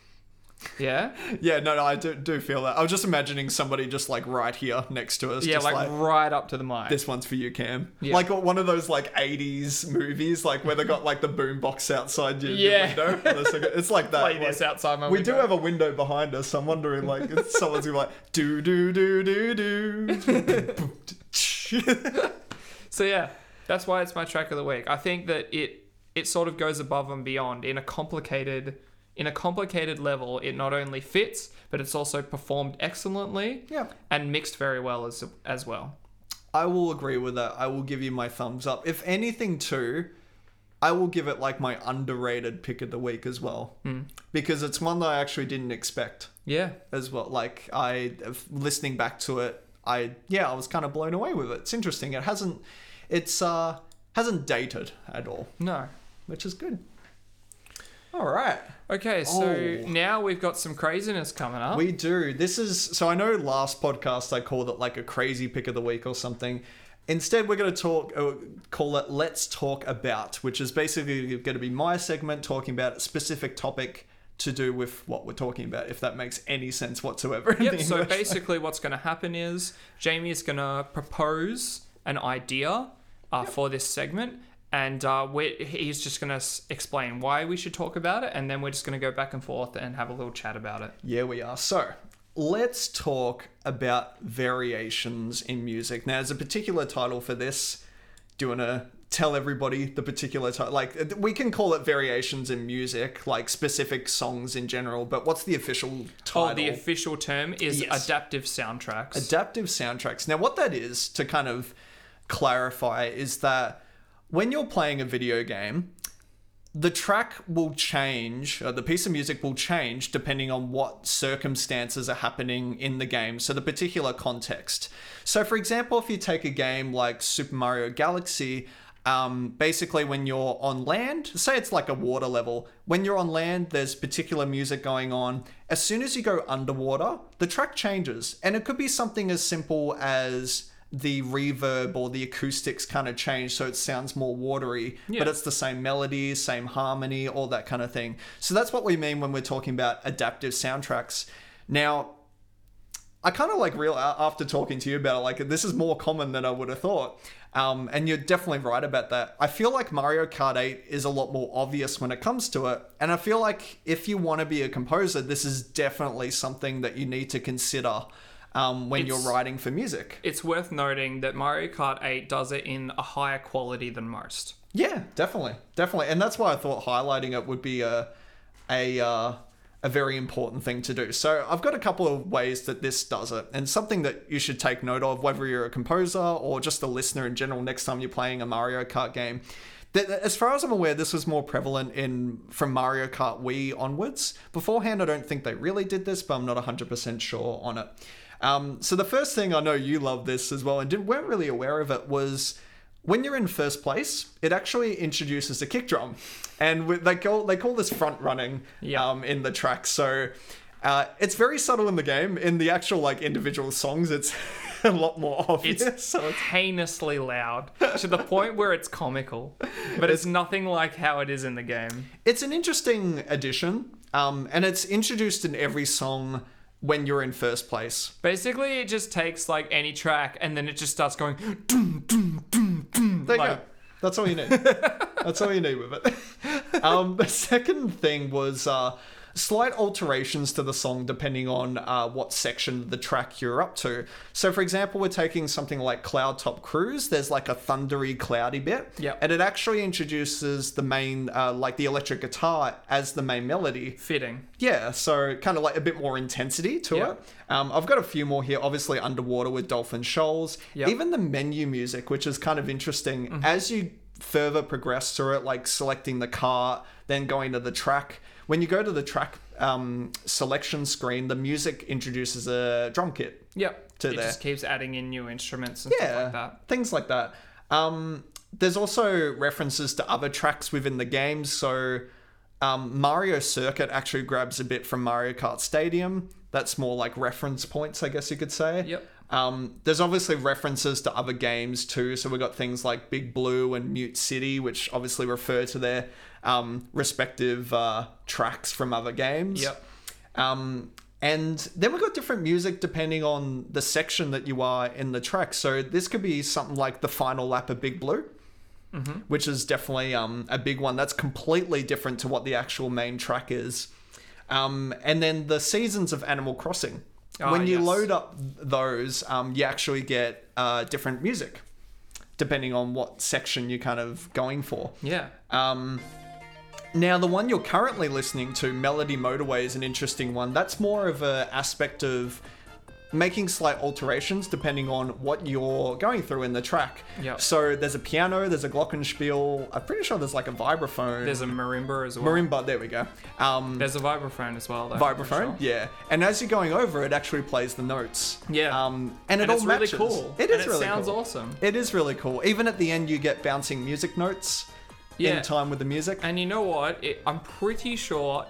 S2: Yeah?
S1: Yeah, no, no, I do, do feel that. I was just imagining somebody just like right here next to us.
S2: Yeah,
S1: just
S2: like, right up to the mic.
S1: this one's for you, Cam.
S2: Yeah.
S1: Like one of those like '80s movies, like where they got like the boom box outside your, your
S2: Yeah.
S1: window. It's like- It's like that.
S2: Play
S1: like-
S2: this outside my
S1: we
S2: window.
S1: do have a window behind us. I'm wondering, like,
S2: <laughs>
S1: if someone's gonna be like, do do do do
S2: <laughs>
S1: do.
S2: So yeah, that's why it's my track of the week. I think that it it sort of goes above and beyond in a complicated in a complicated level. It not only fits, but it's also performed excellently
S1: Yeah.
S2: and mixed very well as as well.
S1: I will agree with that. I will give you my thumbs up. If anything, too, I will give it like my underrated pick of the week as well,
S2: Hmm.
S1: because it's one that I actually didn't expect.
S2: Yeah.
S1: as well. Like I, if listening back to it, I yeah, I was kind of blown away with it. It's interesting. It hasn't, it's uh, hasn't dated at all,
S2: No.
S1: which is good. All right,
S2: Okay, so
S1: Oh.
S2: now we've got some craziness coming up.
S1: we do. This is so. I know last podcast I called it like a crazy pick of the week or something. Instead, we're going to talk, uh, call it "Let's Talk About," which is basically going to be my segment talking about a specific topic to do with what we're talking about, if that makes any sense whatsoever. in
S2: Yep.
S1: the
S2: So
S1: English.
S2: basically, what's going to happen is Jamie is going to propose an idea uh, for this segment, and uh, we he's just going to s- explain why we should talk about it, and then we're just going to go back and forth and have a little chat about it.
S1: Yeah, we are. So let's talk about variations in music. Now, there's a particular title for this. Do you want to tell everybody the particular title? Like, we can call it variations in music, like specific songs in general, but what's the official title?
S2: Oh, the official term is
S1: Yes.
S2: adaptive soundtracks.
S1: adaptive soundtracks. Now, what that is, to kind of clarify, is that when you're playing a video game, the track will change, or the piece of music will change depending on what circumstances are happening in the game, so the particular context. So, for example, if you take a game like Super Mario Galaxy, Um, basically, when you're on land, say it's like a water level, when you're on land, there's particular music going on. As soon as you go underwater, the track changes. And it could be something as simple as the reverb or the acoustics kind of change so it sounds more watery, but it's the same melody, same harmony, all that kind of thing. So that's what we mean when we're talking about adaptive soundtracks. Now, I kind of like real a- after talking to you about it, like this is more common than I would have thought. Um, and you're definitely right about that. I feel like Mario Kart 8 is a lot more obvious when it comes to it. And I feel like if you want to be a composer, this is definitely something that you need to consider um, when
S2: It's-
S1: you're writing for music.
S2: It's worth noting that Mario Kart 8 does it in a higher quality than most.
S1: Yeah, definitely, definitely, and that's why I thought highlighting it would be a a uh, a very important thing to do. So I've got a couple of ways that this does it, and something that you should take note of, whether you're a composer or just a listener in general, next time you're playing a Mario Kart game. Th- th- As far as I'm aware, this was more prevalent in from Mario Kart Wii onwards. Beforehand, I don't think they really did this, but I'm not 100% sure on it. Um, so the first thing I know you love this as well, and didn't, weren't really aware of it was when you're in first place, it actually introduces a kick drum, and we- they call they call this front running
S2: Yeah.
S1: um, in the track. So uh, it's very subtle in the game. In the actual like individual songs, it's <laughs> a lot more obvious. so it's,
S2: Heinously loud to the point where it's comical, but it's nothing like how it is in the game.
S1: <laughs> it's an interesting addition, um, and it's introduced in every song when you're in first place.
S2: Basically, it just takes like any track and then it just starts going. <gasps>
S1: There you
S2: Like-
S1: go. That's all you
S2: <laughs>
S1: need. That's all you need with it. Um, the second thing was uh, slight alterations to the song depending on uh, what section of the track you're up to. So, for example, we're taking something like Cloud Top Cruise. There's like a thundery, cloudy bit.
S2: Yep.
S1: And it actually introduces the main, uh, like the electric guitar as the main melody.
S2: Fitting.
S1: Yeah, so kind of like a bit more intensity to
S2: Yeah.
S1: it. Um, I've got a few more here. Obviously, underwater with Dolphin Shoals.
S2: Yeah. Mm-hmm.
S1: Even the menu music, which is kind of interesting. As you further progress through it, like selecting the car, then going to the track. When you go to the track um, selection screen, the music introduces a drum kit.
S2: Yep.
S1: To
S2: it
S1: there.
S2: just keeps adding in new instruments and
S1: Yeah,
S2: stuff like that.
S1: things like that. Um, there's also references to other tracks within the game. So um, Mario Circuit actually grabs a bit from Mario Kart Stadium. That's more like reference points, I guess you could say.
S2: Yep.
S1: Um, there's obviously references to other games too. So we've got things like Big Blue and Mute City, which obviously refer to their um, respective uh, tracks from other games.
S2: Yep.
S1: Um, and then we've got different music depending on the section that you are in the track. So this could be something like the final lap of Big Blue,
S2: Mm-hmm.
S1: which is definitely um, a big one. That's completely different to what the actual main track is. Um, and then the seasons of Animal Crossing.
S2: Ah,
S1: when you
S2: yes.
S1: load up those, um, you actually get uh, different music depending on what section you're kind of going for.
S2: Yeah.
S1: Um, now, the one you're currently listening to, Melody Motorway, is an interesting one. That's more of an aspect of making slight alterations depending on what you're going through in the track.
S2: Yep.
S1: So there's a piano, there's a glockenspiel. I'm pretty sure there's like a vibraphone.
S2: There's a marimba as well.
S1: marimba. There we go. Um,
S2: There's a vibraphone as well. Though, for
S1: vibraphone.
S2: sure.
S1: Yeah. And as you're going over, it actually plays the notes.
S2: Yeah.
S1: Um, and it
S2: And
S1: all
S2: it's really
S1: matches.
S2: cool.
S1: It
S2: and
S1: is
S2: it
S1: really
S2: sounds
S1: cool.
S2: awesome.
S1: It is really cool. Even at the end, you get bouncing music notes.
S2: Yeah.
S1: In time with the music.
S2: And you know what? It, I'm pretty sure,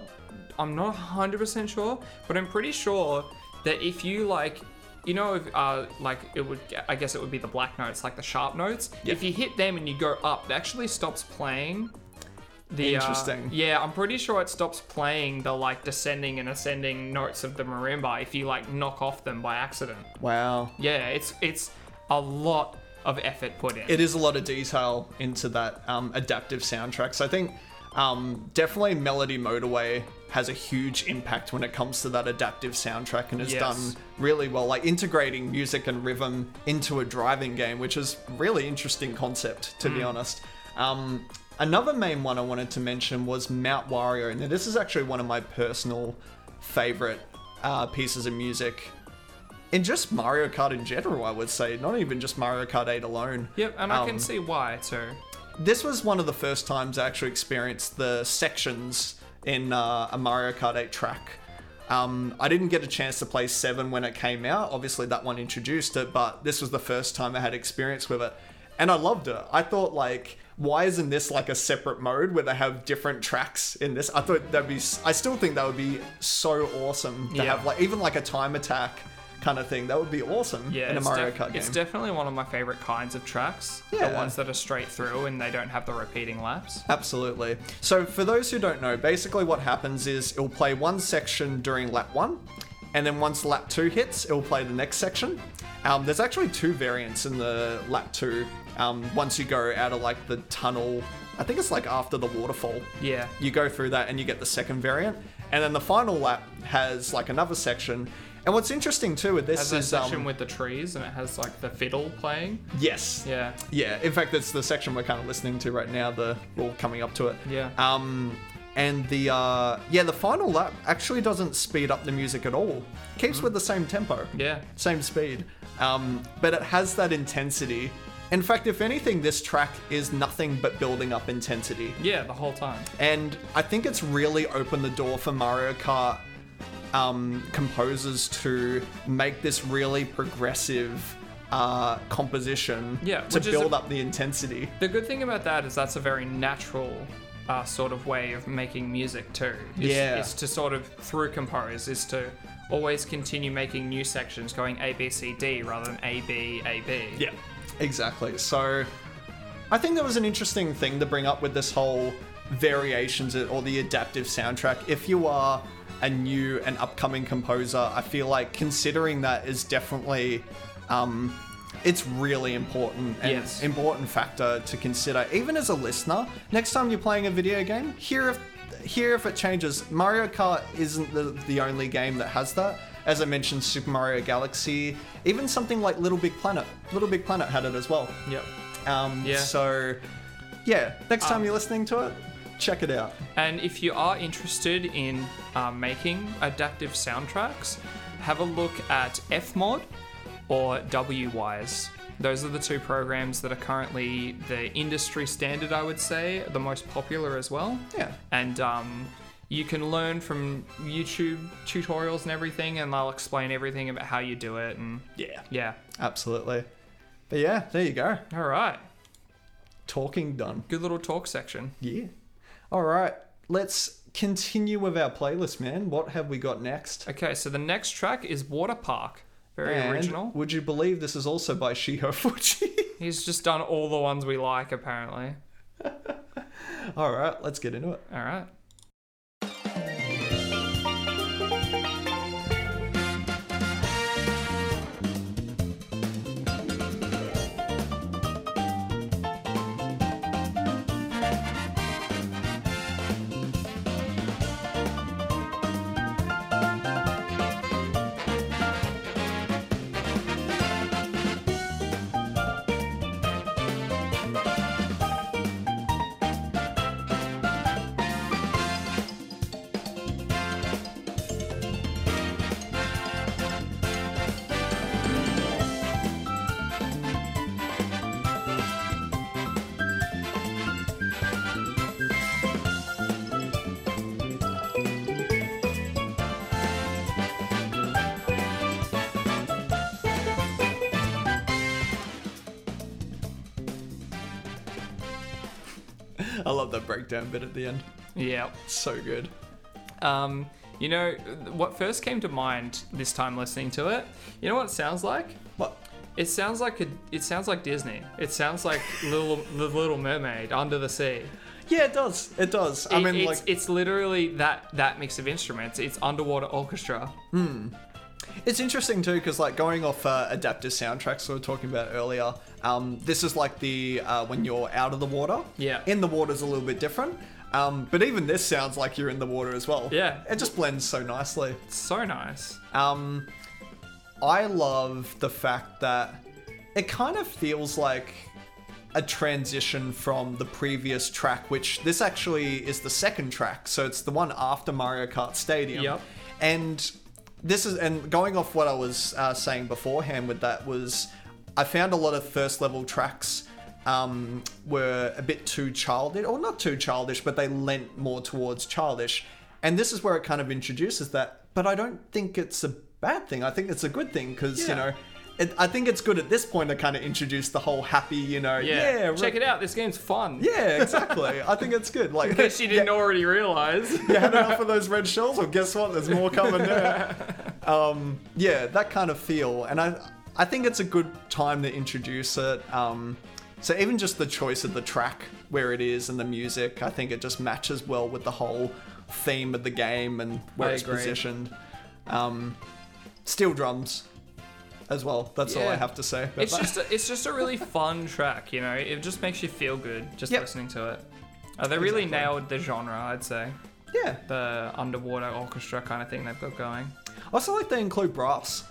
S2: I'm not 100% sure, but I'm pretty sure that if you like, you know, if, uh, like it would, I guess it would be the black notes, like the sharp notes.
S1: Yeah.
S2: If you hit them and you go up, it actually stops playing. The, uh,
S1: Interesting.
S2: yeah, I'm pretty sure it stops playing the like descending and ascending notes of the marimba if you like knock off them by accident.
S1: Wow.
S2: Yeah, it's it's a lot of effort put in.
S1: it is a lot of detail into that um, adaptive soundtrack. So I think um, definitely Melody Motorway has a huge impact when it comes to that adaptive soundtrack and has
S2: Yes.
S1: done really well, like integrating music and rhythm into a driving game, which is really interesting concept to be
S2: Mm.
S1: honest. Um, another main one I wanted to mention was Mount Wario, and this is actually one of my personal favorite uh, pieces of music. In just Mario Kart in general, I would say, not even just Mario Kart 8 alone.
S2: Yep, and I
S1: Um,
S2: can see why too.
S1: This was one of the first times I actually experienced the sections in uh, a Mario Kart 8 track. Um, I didn't get a chance to play 7 when it came out. Obviously, that one introduced it, but this was the first time I had experience with it. And I loved it. I thought, like, why isn't this like a separate mode where they have different tracks in this? I thought that'd be, I still think that would be so awesome to
S2: Yeah.
S1: have like even like a time attack kind of thing. That would be awesome
S2: Yeah,
S1: in a
S2: it's
S1: Mario
S2: def-
S1: Kart game.
S2: It's definitely one of my favorite kinds of tracks.
S1: Yeah.
S2: The ones that are straight through and they don't have the repeating laps.
S1: Absolutely. So, for those who don't know, basically what happens is it'll play one section during lap one, and then once lap two hits, it'll play the next section. Um, there's actually two variants in the lap two. Um, once you go out of like the tunnel, I think it's like after the waterfall.
S2: Yeah.
S1: You go through that and you get the second variant, and then the final lap has like another section. And what's interesting too with this
S2: Has a
S1: is um,
S2: section with the trees and it has like the fiddle playing.
S1: yes,
S2: Yeah.
S1: yeah, in fact, that's the section we're kind of listening to right now. The well, coming up to it.
S2: Yeah.
S1: Um, and the uh, yeah, the final lap actually doesn't speed up the music at all. Keeps with the same tempo.
S2: Mm. Yeah.
S1: Same speed. Um, but it has that intensity. In fact, if anything, this track is nothing but building up intensity.
S2: Yeah, the whole time.
S1: And I think it's really opened the door for Mario Kart um, composers to make this really progressive uh, composition
S2: Yeah,
S1: to
S2: which is
S1: build
S2: a-
S1: up the intensity.
S2: The good thing about that is that's a very natural uh, sort of way of making music too. Is,
S1: Yeah.
S2: Is to sort of through compose is to always continue making new sections going A B C D rather than A B A B.
S1: Exactly. So I think that was an interesting thing to bring up with this whole variations or the adaptive soundtrack. If you are a new and upcoming composer, I feel like considering that is definitely um it's really important and
S2: Yes.
S1: important factor to consider even as a listener. Next time you're playing a video game, hear if hear if it changes. Mario Kart isn't the, the only game that has that. As I mentioned, Super Mario Galaxy, even something like Little Big Planet. Little Big Planet had it as well.
S2: Yep.
S1: Um,
S2: Yeah. Um,
S1: So, yeah, next time you're listening to it, check it out.
S2: And if you are interested in uh, making adaptive soundtracks, have a look at Fmod or WWise. Those are the two programs that are currently the industry standard, I would say, the most popular as well.
S1: Yeah.
S2: And um, you can learn from YouTube tutorials and everything, and they'll explain everything about how you do it. And
S1: Yeah.
S2: yeah.
S1: Absolutely. But yeah, there you go.
S2: All right.
S1: Talking done.
S2: Good little talk section.
S1: Yeah. All right, let's continue with our playlist, man. What have we got next?
S2: Okay, so the next track is Water Park. Very
S1: And
S2: original.
S1: Would you believe this is also by Shiho Fuji? <laughs>
S2: He's just done all the ones we like, apparently.
S1: All right, let's get into it.
S2: All right.
S1: I love that breakdown bit at the end.
S2: Yeah.
S1: So good.
S2: Um, you know, what first came to mind this time listening to it? You know what it sounds like?
S1: What?
S2: It sounds like a, it sounds like Disney. It sounds like Little The Little Mermaid Under the Sea.
S1: Yeah, it does. It does. I
S2: It-
S1: mean,
S2: it's,
S1: like,
S2: it's literally that that mix of instruments. It's underwater orchestra.
S1: It's interesting too, because like going off uh, adaptive soundtracks we were talking about earlier, um, this is like the uh, when you're out of the water.
S2: Yeah.
S1: In the water's a little bit different, um, but even this sounds like you're in the water as well.
S2: Yeah.
S1: It just blends so nicely.
S2: It's so nice.
S1: Um, I love the fact that it kind of feels like a transition from the previous track, which this actually is the second track, so it's the one after Mario Kart Stadium.
S2: Yep.
S1: And this is and going off what I was uh, saying beforehand with that was, I found a lot of first level tracks. Um, were a bit too childish, or not too childish, but they lent more towards childish. And this is where it kind of introduces that, but I don't think it's a bad thing. I think it's a good thing because,
S2: Yeah.
S1: you know, it, I think it's good at this point to kind of introduce the whole happy, you know, yeah,
S2: Yeah.
S1: re-
S2: Check it out. This game's fun.
S1: Yeah, exactly. I think it's good.
S2: <laughs>
S1: Like,
S2: If she didn't already realize.
S1: you had enough of those red shells? Well, guess what? There's more coming
S2: <laughs>
S1: there. Um, yeah, that kind of feel, and I, I think it's a good time to introduce it. Um, so even just the choice of the track where it is and the music, I think it just matches well with the whole theme of the game and where
S2: I
S1: it's
S2: agree.
S1: positioned. Um, steel drums, as well. That's all I
S2: Yeah.
S1: have to say. about
S2: It's
S1: that.
S2: just a, it's just a really fun track, you know. It just makes you feel good just
S1: Yep.
S2: listening to it. Uh, they really
S1: Exactly.
S2: nailed the genre, I'd say.
S1: yeah.
S2: The underwater orchestra kind of thing they've got going.
S1: Also, like they include brass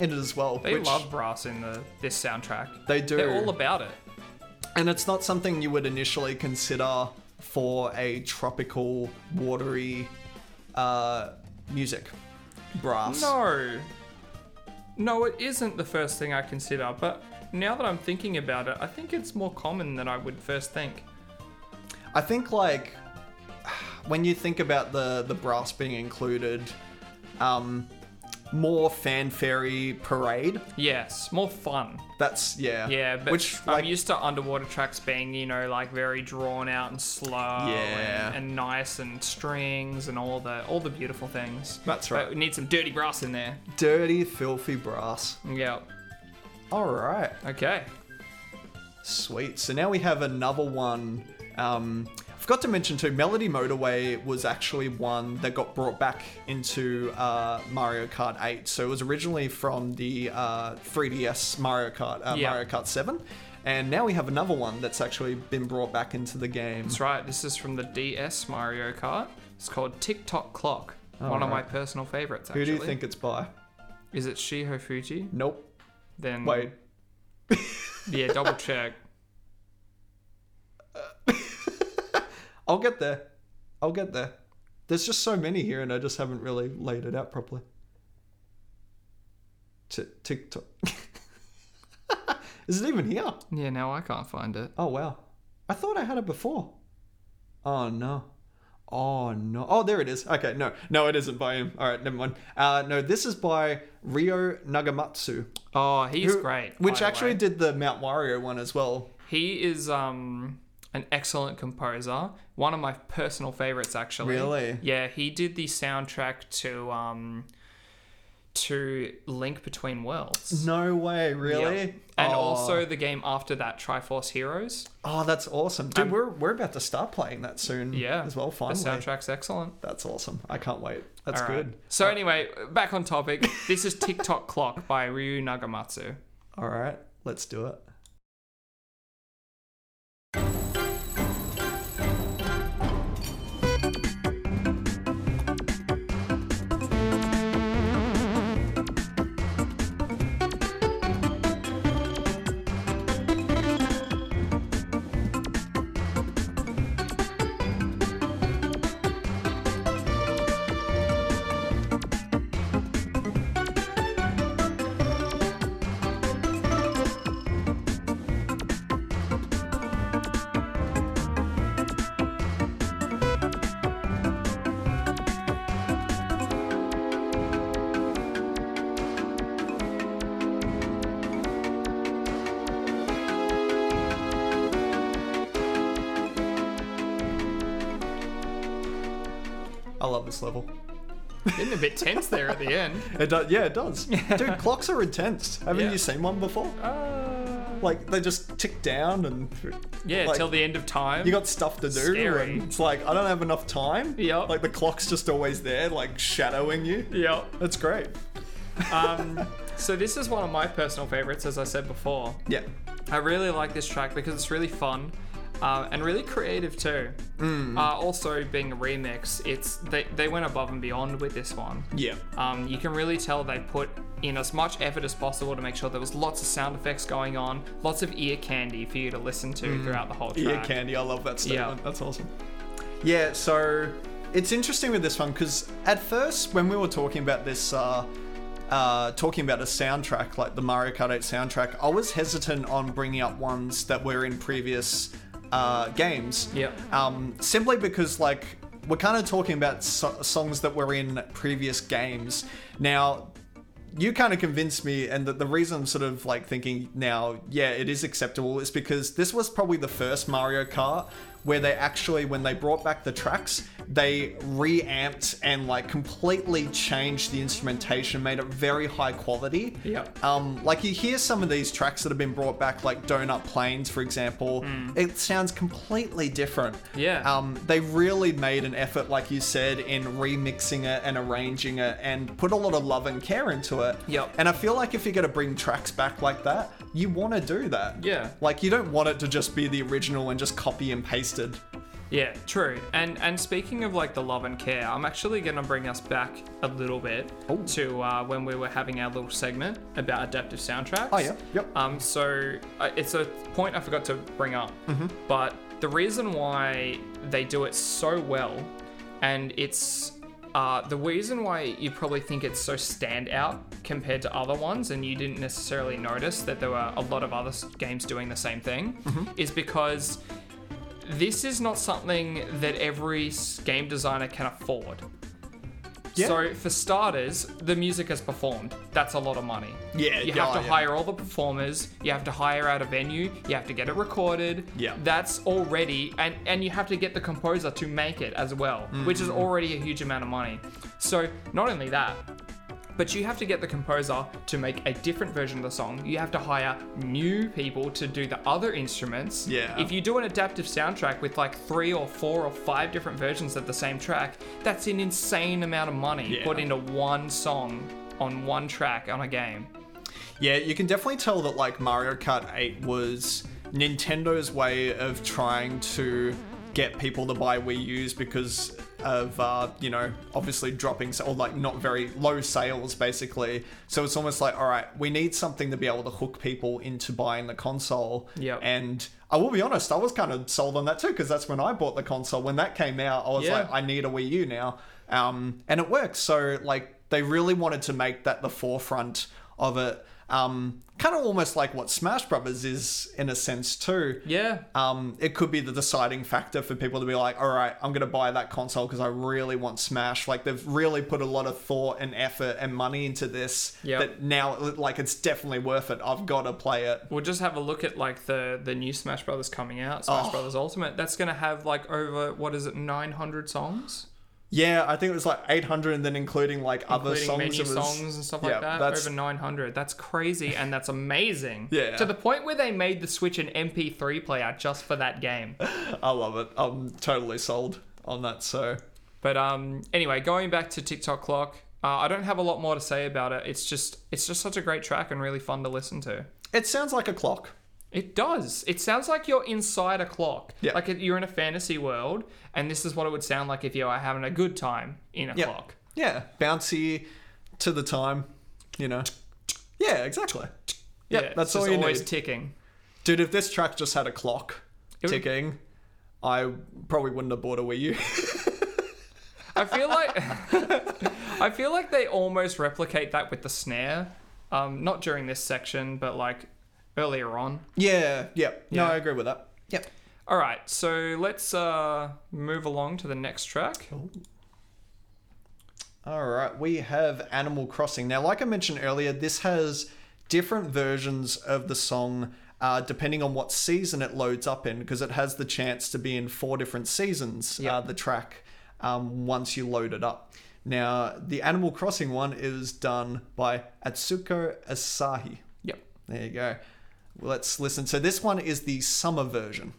S1: in it as well.
S2: They
S1: which
S2: love brass in the this soundtrack.
S1: They do.
S2: They're all about it.
S1: And it's not something you would initially consider for a tropical, watery uh, music. Brass.
S2: No. No, it isn't the first thing I consider, but now that I'm thinking about it, I think it's more common than I would first think.
S1: I think, like, when you think about the, the brass being included, um, more fanfare parade.
S2: Yes, more fun.
S1: That's, yeah.
S2: Yeah, but
S1: Which,
S2: I'm
S1: like,
S2: used to underwater tracks being, you know, like very drawn out and slow
S1: Yeah.
S2: and, and nice and strings and all the all the beautiful things.
S1: That's
S2: But
S1: right.
S2: we need some dirty brass in there.
S1: dirty, filthy brass.
S2: Yeah.
S1: All right.
S2: Okay.
S1: Sweet. So now we have another one. Um, I forgot to mention too, Melody Motorway was actually one that got brought back into uh, Mario Kart 8. So it was originally from the uh, 3DS Mario Kart, uh,
S2: Yeah.
S1: Mario Kart 7. And now we have another one that's actually been brought back into the game.
S2: That's right. This is from the DS Mario Kart. It's called Tick Tock Clock. One of my
S1: Alright.
S2: personal favorites
S1: Oh, Who
S2: actually.
S1: do you think it's by?
S2: Is it Shiho Fuji?
S1: Nope.
S2: Then
S1: Wait.
S2: Yeah, double check. <laughs>
S1: I'll get there. I'll get there. There's just so many here, and I just haven't really laid it out properly. T- TikTok. <laughs> Is it even here?
S2: Yeah, now I can't find it.
S1: Oh, wow. I thought I had it before. Oh, no. Oh, no. Oh, there it is. Okay, no. No, it isn't by him. All right, never mind. Uh, no, this is by Ryo Nagamatsu.
S2: Oh, he's
S1: who-
S2: great. by
S1: Which
S2: the
S1: actually
S2: way.
S1: did the Mount Wario one as well.
S2: He is um an excellent composer. One of my personal favorites actually.
S1: Really?
S2: Yeah, he did the soundtrack to um to Link Between Worlds.
S1: No way, really?
S2: Yeah. And
S1: oh.
S2: also the game after that, Triforce Heroes.
S1: Oh, that's awesome. Dude, we're, we're about to start playing that soon
S2: Yeah.
S1: as Hmm. well, finally.
S2: The soundtrack's excellent.
S1: That's awesome. I can't wait. That's
S2: All right.
S1: good.
S2: So anyway, back
S1: <laughs>
S2: on topic. This is TikTok Clock by Ryu Nagamatsu.
S1: All right, let's do it. I love this level.
S2: Getting a bit tense there at the end.
S1: <laughs> It does. Yeah, it
S2: <laughs>
S1: does. Dude, clocks are intense. Haven't
S2: Yeah.
S1: you seen one before?
S2: Uh,
S1: Like they just tick down and
S2: yeah,
S1: like,
S2: till the end of time.
S1: You got stuff to do,
S2: Scary.
S1: and it's like I don't have enough time.
S2: Yep.
S1: Like the clock's just always there, like shadowing you.
S2: Yep.
S1: That's great.
S2: Um, so this is one of my personal favorites, as I said before.
S1: Yeah.
S2: I really like this track because it's really fun uh, and really creative too. Uh, also, being a remix, it's they, they went above and beyond with this one.
S1: Yeah.
S2: Um, you can really tell they put in as much effort as possible to make sure there was lots of sound effects going on, lots of ear candy for you to listen to throughout the whole track.
S1: Ear candy. I love that statement.
S2: Yeah.
S1: That's awesome. Yeah. So it's interesting with this one because at first, when we were talking about this, uh, uh, talking about a soundtrack like the Mario Kart 8 soundtrack, I was hesitant on bringing up ones that were in previous uh, games.
S2: Yeah.
S1: Um, simply because like we're kind of talking about so- songs that were in previous games. Now, you kind of convinced me, and the, the reason I'm sort of like thinking now, yeah, it is acceptable, is because this was probably the first Mario Kart where they actually, when they brought back the tracks, they reamped and like completely changed the instrumentation, made it very high quality.
S2: Yep.
S1: Um, like you hear some of these tracks that have been brought back, like Donut Plains, for example. It sounds completely different.
S2: Yeah.
S1: Um, they really made an effort, like you said, in remixing it and arranging it, and put a lot of love and care into it.
S2: Yep.
S1: And I feel like if you're gonna bring tracks back like that, you want to do that.
S2: Yeah.
S1: Like you don't want it to just be the original and just copy and pasted.
S2: Yeah, true. And and speaking of like the love and care, I'm actually gonna bring us back a little bit
S1: Oh.
S2: to uh, when we were having our little segment about adaptive soundtracks.
S1: Oh, yeah. Yep.
S2: Um, so uh, it's a point I forgot to bring up,
S1: Mm-hmm.
S2: but the reason why they do it so well, and it's uh, the reason why you probably think it's so standout compared to other ones, and you didn't necessarily notice that there were a lot of other s- games doing the same thing,
S1: Mm-hmm.
S2: is because this is not something that every s- game designer can afford.
S1: Yeah.
S2: So, for starters, the music is performed. That's a lot of money.
S1: Yeah,
S2: You
S1: yeah,
S2: have to
S1: yeah.
S2: hire all the performers, you have to hire out a venue, you have to get it recorded.
S1: Yeah.
S2: That's already, and, and you have to get the composer to make it as well, which is
S1: Mm-hmm.
S2: already a huge amount of money. So, not only that, but you have to get the composer to make a different version of the song. You have to hire new people to do the other instruments.
S1: Yeah.
S2: If you do an adaptive soundtrack with like three or four or five different versions of the same track, that's an insane amount of money
S1: Yeah.
S2: put into one song on one track on a game.
S1: Yeah, you can definitely tell that like Mario Kart 8 was Nintendo's way of trying to get people to buy Wii U's because of uh, you know obviously dropping s- or like not very low sales basically. So it's almost like all right, we need something to be able to hook people into buying the console.
S2: Yep.
S1: and I will be honest, I was kind of sold on that too because that's when I bought the console. When that came out, I was
S2: Yeah.
S1: like, I need a Wii U now, um, and it works. So like they really wanted to make that the forefront of it, um, kind of almost like what Smash Brothers is in a sense too.
S2: Yeah.
S1: Um, it could be the deciding factor for people to be like, all right, I'm going to buy that console because I really want Smash. Like they've really put a lot of thought and effort and money into this.
S2: Yep.
S1: That now, like, it's definitely worth it. I've got to play it.
S2: We'll just have a look at like the the new Smash Brothers coming out, Smash
S1: Oh.
S2: Brothers Ultimate. That's gonna have like over what is it, nine hundred songs?
S1: Yeah, I think it was like 800, and then including like other
S2: including
S1: songs. it
S2: menu
S1: was,
S2: songs and stuff like
S1: yeah,
S2: that.
S1: That's,
S2: Over 900. That's crazy and that's amazing.
S1: <laughs> Yeah.
S2: To the point where they made the Switch an MP3 player just for that game.
S1: I love it. I'm totally sold on that. So
S2: But um, anyway, going back to TikTok Clock, uh, I don't have a lot more to say about it. It's just it's just such a great track and really fun to listen to.
S1: it sounds like a clock.
S2: It does. It sounds like you're inside a clock.
S1: Yeah.
S2: Like you're in a fantasy world, and this is what it would sound like if you were having a good time in a
S1: Yeah.
S2: clock.
S1: Yeah, bouncy to the time, you know. Yeah, exactly. Yeah,
S2: it's
S1: that's all
S2: just
S1: you
S2: always
S1: need.
S2: ticking.
S1: Dude, if this track just had a clock
S2: It would-
S1: ticking, I probably wouldn't have bought a Wii U. <laughs>
S2: I feel like <laughs> I feel like they almost replicate that with the snare. Um, not during this section, but like earlier on.
S1: yeah, yeah. No,
S2: Yeah.
S1: I agree with that. Yep.
S2: All right, so let's uh, move along to the next track.
S1: All right, we have Animal Crossing. Now, like I mentioned earlier, this has different versions of the song uh, depending on what season it loads up in because it has the chance to be in four different seasons,
S2: Yeah.
S1: uh, the track, um, once you load it up. Now, the Animal Crossing one is done by Atsuko Asahi.
S2: Yep.
S1: There you go. Let's listen. So, this one is the summer version.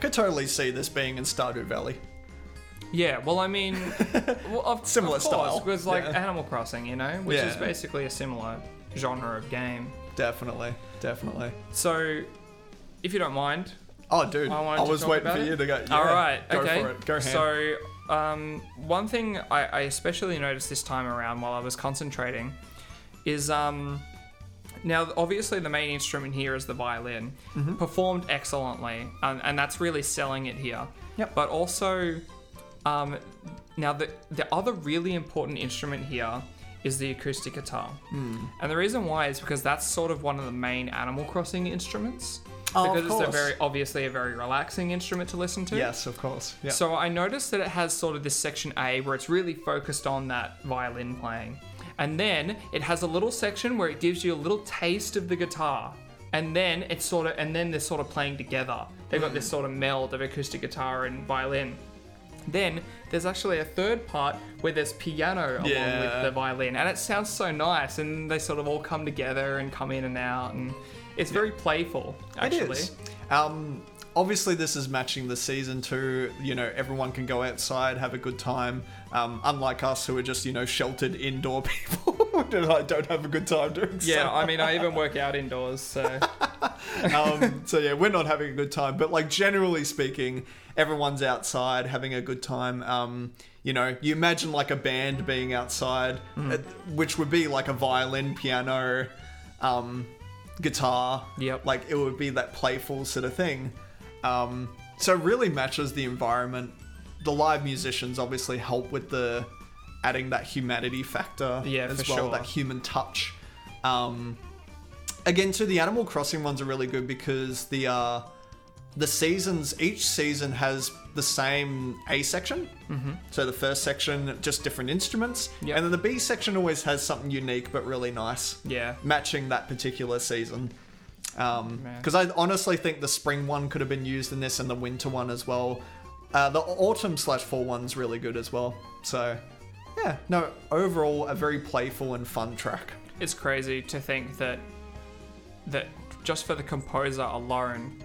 S1: could totally see this being in Stardew Valley.
S2: Yeah, well, I
S1: <laughs>
S2: mean, well, of,
S1: Similar
S2: of course,
S1: style.
S2: because like
S1: Yeah.
S2: Animal Crossing, you know, which is
S1: Yeah.
S2: basically a similar genre of game.
S1: Definitely, definitely.
S2: So, if you don't mind,
S1: Oh, dude,
S2: I
S1: I,
S2: wanted to
S1: was
S2: talk
S1: waiting
S2: about
S1: for
S2: it.
S1: you to go.
S2: All
S1: yeah,
S2: right.
S1: go
S2: okay.
S1: for it. Go ahead.
S2: So, um, one thing I, I especially noticed this time around while I was concentrating is um, now obviously the main instrument here is the violin,
S1: Mm-hmm.
S2: performed excellently, um, and that's really selling it here.
S1: Yep.
S2: But also, um, now the the other really important instrument here is the acoustic guitar,
S1: Hmm.
S2: and the reason why is because that's sort of one of the main Animal Crossing instruments.
S1: Oh, of
S2: because it's a
S1: course.
S2: very obviously a very relaxing instrument to listen to.
S1: yes, of course. Yeah.
S2: So I noticed that it has sort of this section A where it's really focused on that violin playing. And then it has a little section where it gives you a little taste of the guitar. And then it's sort of and then they're sort of playing together. They've got
S1: Mm.
S2: this sort of meld of acoustic guitar and violin. Then there's actually a third part where there's piano along with
S1: Yeah.
S2: the violin, and it sounds so nice. And they sort of all come together and come in and out, and it's very playful. Actually,
S1: It is. Um, obviously, this is matching the season too. You know, everyone can go outside, have a good time. Um, unlike us, who are just you know sheltered indoor <laughs> people, and I don't have a good time doing.
S2: yeah. I mean, I even work out indoors, so
S1: um, so yeah, we're not having a good time. But like generally speaking, everyone's outside having a good time. Um, you know, you imagine like a band being outside, uh, which would be like a violin, piano, um, guitar.
S2: Yep.
S1: Like it would be that playful sort of thing. Um, so it really matches the environment. The live musicians obviously help with the adding that humanity factor
S2: Yeah,
S1: as
S2: for
S1: well,
S2: sure.
S1: that human touch. Um, again too the animal crossing ones are really good because the uh the seasons each season has the same a section mm-hmm. so the first section just different instruments
S2: Yep.
S1: and then the b section always has something unique but really nice
S2: yeah.
S1: matching that particular season
S2: Oh, Man.
S1: because Um, i honestly think the spring one could have been used in this and the winter one as well uh, the autumn slash fall one's really good as well so yeah no overall a very playful and fun track
S2: <laughs>
S1: <laughs>
S2: it's crazy to think that that just for the composer alone,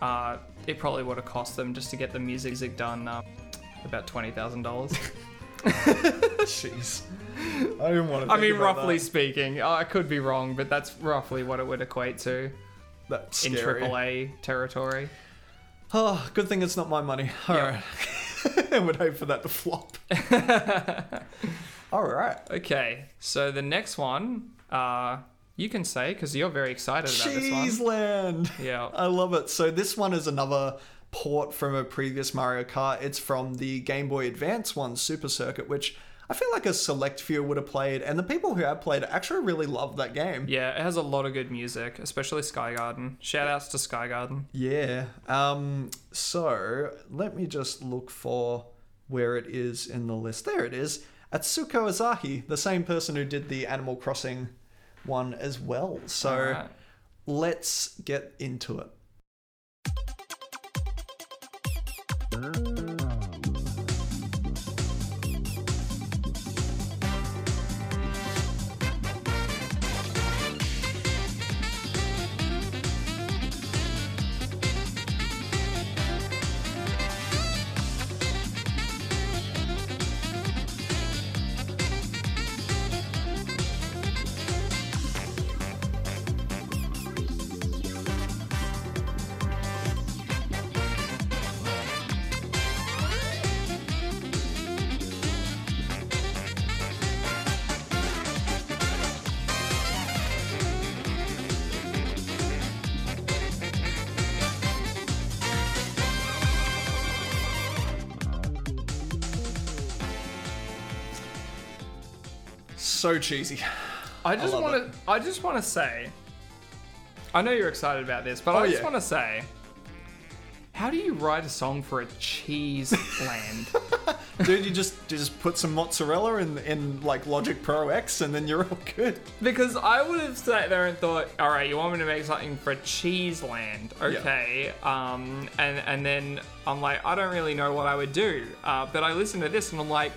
S2: uh, it probably would have cost them just to get the music done um, about twenty thousand <laughs> dollars.
S1: Jeez. I didn't want to.
S2: I mean, roughly speaking, I could be wrong, but that's roughly what it would equate to
S1: That's
S2: in
S1: scary.
S2: AAA territory.
S1: <sighs> Oh, good thing it's not my money. All
S2: Yeah.
S1: right. <laughs> I would hope for that to
S2: <laughs>
S1: flop. All right.
S2: Okay, so the next one, uh, you can say because you're very excited about this one.
S1: Cheeseland.
S2: Yeah.
S1: I love it. So this one is another port from a previous Mario Kart. It's from the Game Boy Advance one, Super Circuit, which I feel like a select few would have played, and the people who have played actually really love that game.
S2: Yeah, it has a lot of good music, especially Sky Garden. Shout outs to Sky Garden.
S1: Yeah. Um, so let me just look for where it is in the list. There it is. Atsuko Asahi, the same person who did the Animal Crossing one as well. So
S2: Alright.
S1: let's get into it. So cheesy. <laughs>
S2: I just
S1: love
S2: want to. I just want to say. I know you're excited about this, but
S1: Oh,
S2: I just
S1: yeah.
S2: want to say. How do you write a song for a cheese <laughs> land?
S1: Dude, you just you just put some mozzarella in in like Logic Pro X and then you're all good.
S2: because I would have sat there and thought, "All right, you want me to make something for a cheese land, okay?" Um, and and then I'm like, I don't really know what I would do. Uh, but I listened to this and I'm like,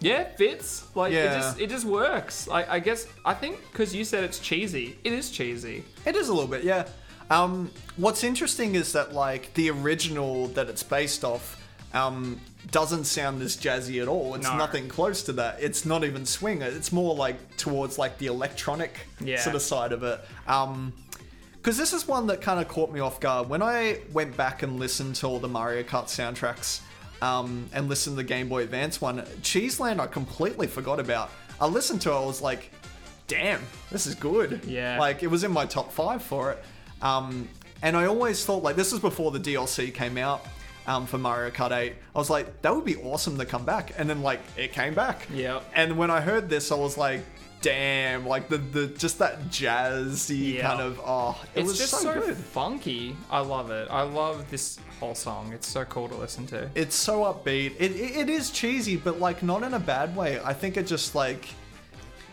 S2: yeah, fits. Like it
S1: Yeah.
S2: just it just works. I, I guess I think because you said it's cheesy, it is cheesy.
S1: It is a little bit, yeah. Um, what's interesting is that like the original that it's based off um, doesn't sound this jazzy at all. It's
S2: No.
S1: nothing close to that. It's not even swing. It's more like towards like the electronic
S2: Yeah.
S1: sort of side of it. Um, because this is one that kind of caught me off guard. When I went back and listened to all the Mario Kart soundtracks um, and listened to the Game Boy Advance one, Cheeseland I completely forgot about. I listened to it, I was like, damn, this is good.
S2: Yeah.
S1: Like, it was in my top five for it. Um, and I always thought, like, this was before the DLC came out um, for Mario Kart 8. I was like, that would be awesome to come back. And then, like, it came back.
S2: Yep.
S1: And when I heard this, I was like, damn, like, the, the just that jazzy
S2: Yeah.
S1: kind of, oh, it
S2: it's
S1: was
S2: just
S1: so,
S2: so
S1: good.
S2: funky. I love it. I love this whole song. It's so cool to listen to.
S1: It's so upbeat. It, it, it is cheesy, but, like, not in a bad way. I think it just, like,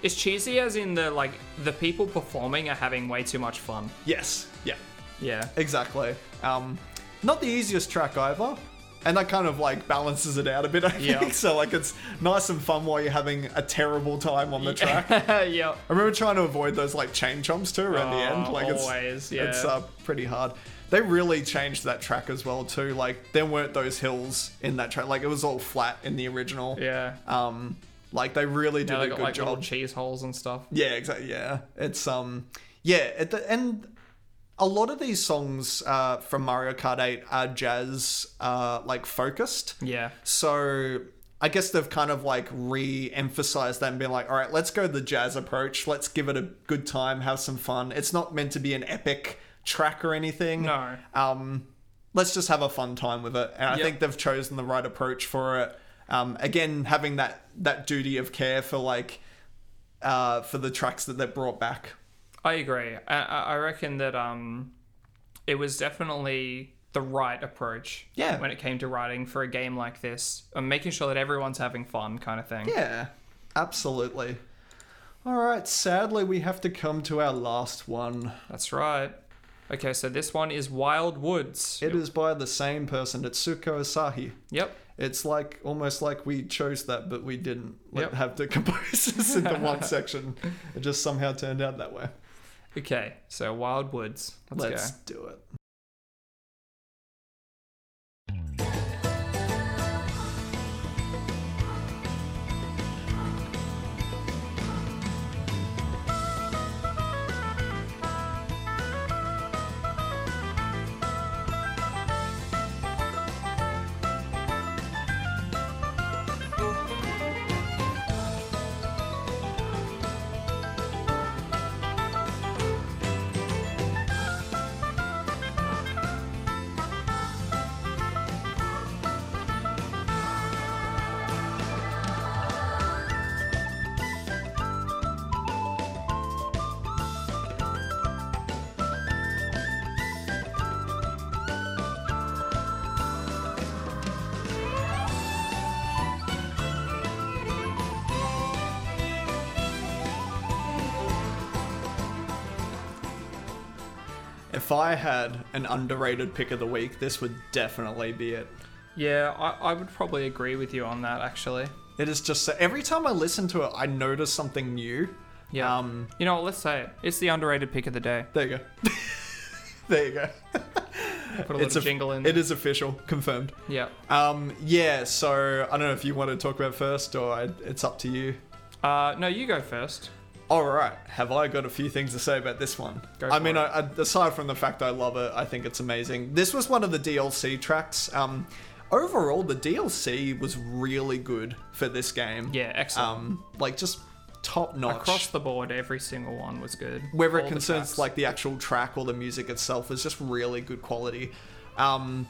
S2: It's cheesy as in the like the people performing are having way too much fun.
S1: yes. Yeah.
S2: Yeah. <laughs>
S1: Exactly. Um, not the easiest track either, and that kind of like balances it out a bit. I
S2: Yeah.
S1: think <laughs> so. Like it's nice and fun while you're having a terrible time on the track.
S2: yep.
S1: I remember trying to avoid those like chain chomps too around the end.
S2: Oh,
S1: Like it's
S2: always, yeah.
S1: it's uh, pretty hard. They really changed that track as well too. Like there weren't those hills in that track. Like it was all flat in the original.
S2: Yeah.
S1: Um, like they really did
S2: now they
S1: a
S2: got
S1: good
S2: like little
S1: job.
S2: cheese holes and stuff.
S1: Yeah, exactly. Yeah, it's um, yeah, at the, and a lot of these songs uh, from Mario Kart 8 are jazz uh, like focused.
S2: Yeah.
S1: So I guess they've kind of like re-emphasized that and been like, all right, let's go the jazz approach. Let's give it a good time, have some fun. It's not meant to be an epic track or anything.
S2: No.
S1: Um, let's just have a fun time with it. And I
S2: Yep.
S1: think they've chosen the right approach for it. Um, again, having that that duty of care for like uh, for the tracks that they brought back.
S2: I agree. I, I I reckon that um, it was definitely the right approach.
S1: Yeah.
S2: When it came to writing for a game like this, and making sure that everyone's having fun, kind of thing.
S1: Yeah, absolutely. All right. Sadly, we have to come to our last one.
S2: That's right. Okay, so this one is Wild Woods.
S1: It is by the same person. It's Suko Asahi.
S2: Yep.
S1: It's like almost like we chose that, but we didn't like,
S2: Yep.
S1: have to <laughs> compose this into
S2: <laughs>
S1: one section. It just somehow turned out that way.
S2: Okay, so Wild Woods. Let's,
S1: Let's
S2: go.
S1: do it. If I had an underrated pick of the week, this would definitely be it.
S2: Yeah, I, I would probably agree with you on that, actually.
S1: It is just so, every time I listen to it, I notice something new.
S2: Yeah.
S1: Um,
S2: you know what? Let's say it. It's the underrated pick of the day.
S1: There you go. <laughs> there you go.
S2: Put a little
S1: of-
S2: jingle in.
S1: It is official, confirmed.
S2: Yeah.
S1: Um, yeah. So I don't know if you want to talk about it first, or I, it's up to you.
S2: Uh, no, you go first.
S1: All right, have I got a few things to say about this one?
S2: Go
S1: I
S2: for
S1: mean,
S2: it.
S1: I, I, aside from the fact I love it, I think it's amazing. This was one of the DLC tracks. Um, overall, the DLC was really good for this game.
S2: Yeah, excellent.
S1: Um, like just top notch.
S2: Across the board, every single one was good.
S1: whether
S2: All
S1: it
S2: the
S1: concerns
S2: tracks.
S1: like the actual track or the music itself is just really good quality um,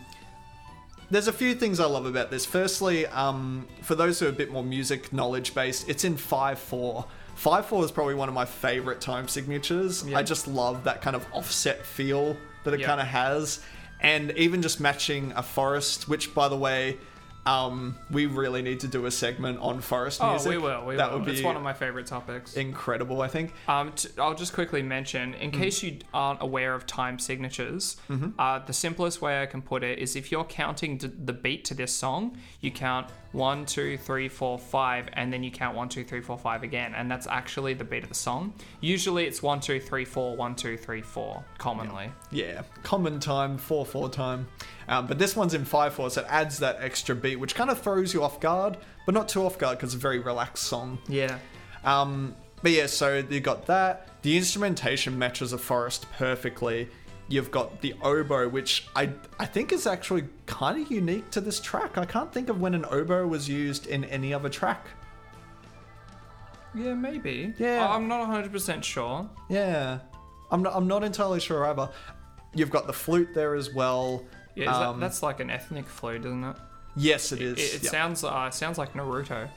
S1: there's a few things i love about this firstly um, for those who are a bit more music knowledge based it's in 5-4 5-4 is probably one of my favorite time signatures
S2: Yeah.
S1: i just love that kind of offset feel that it
S2: Yeah.
S1: kind of has and even just matching a forest which by the way Um, we really need to do a segment on forest
S2: Oh,
S1: music.
S2: we will. We
S1: that
S2: will.
S1: would be
S2: it's one of my favorite topics.
S1: incredible. I think.
S2: Um, t- I'll just quickly mention,
S1: Mm.
S2: in case you aren't aware of time signatures,
S1: Mm-hmm.
S2: uh, the simplest way I can put it is if you're counting d- the beat to this song, you count one, two, three, four, five, and then you count one, two, three, four, five again, and that's actually the beat of the song. Usually, it's one, two, three, four, one, two, three, four, commonly.
S1: Yeah, common time, 4 4 time. Um, but this one's in 5 4, so it adds that extra beat, which kind of throws you off guard, but not too off guard because it's a very relaxed song.
S2: Yeah.
S1: Um, but yeah, so you got that. The instrumentation matches a forest perfectly. You've got the oboe, which I, I think is actually kind of unique to this track. I can't think of when an oboe was used in any other track.
S2: Yeah, maybe.
S1: Yeah.
S2: I- I'm not 100% sure.
S1: Yeah, I'm not, I'm not entirely sure either. You've got the flute there as well.
S2: Yeah, is that-
S1: Um,
S2: that's like an ethnic flute, isn't it?
S1: yes, it is.
S2: It, it
S1: Yeah.
S2: sounds uh, sounds like Naruto,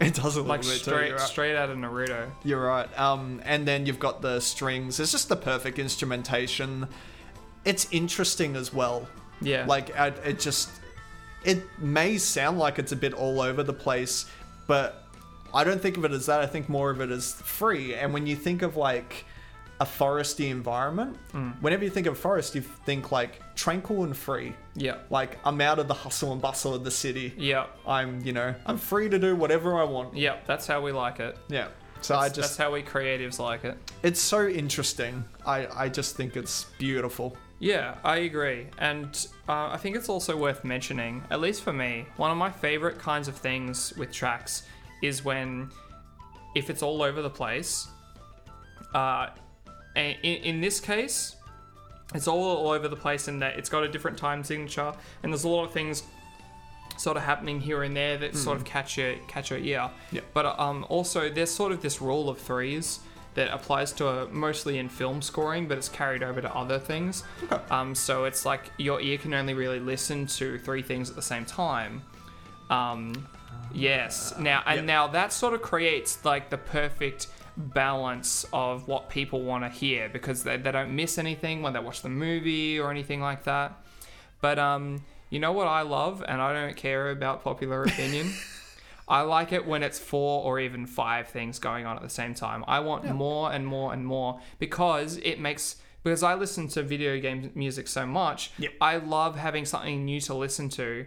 S1: It does a little
S2: like
S1: bit too,
S2: straight
S1: you're right.
S2: straight out of Naruto.
S1: You're right. Um, and then you've got the strings. It's just the perfect instrumentation. It's interesting as well.
S2: Yeah.
S1: Like I, it just, it may sound like it's a bit all over the place, but I don't think of it as that. I think more of it as free. And when you think of like a foresty environment, whenever you think of forest, you think like tranquil and free.
S2: yeah.
S1: Like I'm out of the hustle and bustle of the city.
S2: Yep.
S1: I'm, you know, I'm free to do whatever I want.
S2: Yep. That's how we like it.
S1: Yeah. So I
S2: That's,
S1: just
S2: that's how we creatives like it.
S1: It's so interesting. I, I just think it's beautiful.
S2: Yeah, I agree. And uh, I think it's also worth mentioning, at least for me, one of my favorite kinds of things with tracks is when, if it's all over the place, uh, a- in, in this case, it's all, all over the place in that it's got a different time signature, and there's a lot of things sort of happening here and there that sort of catch your catch your ear.
S1: Hmm. Yeah.
S2: But um, also there's sort of this rule of threes that applies to uh mostly in film scoring, but it's carried over to other things.
S1: Okay.
S2: Um, so it's like your ear can only really listen to three things at the same time. Um, yes. Now and
S1: Ah, yeah.
S2: now that sort of creates like the perfect balance of what people want to hear because they, they don't miss anything when they watch the movie or anything like that. But um, you know what I love, and I don't care about
S1: <laughs>
S2: popular opinion. I like it when it's four or even five things going on at the same time. I want more and more and more because it makes because I listen to video game music so much.
S1: Yep.
S2: I love having something new to listen to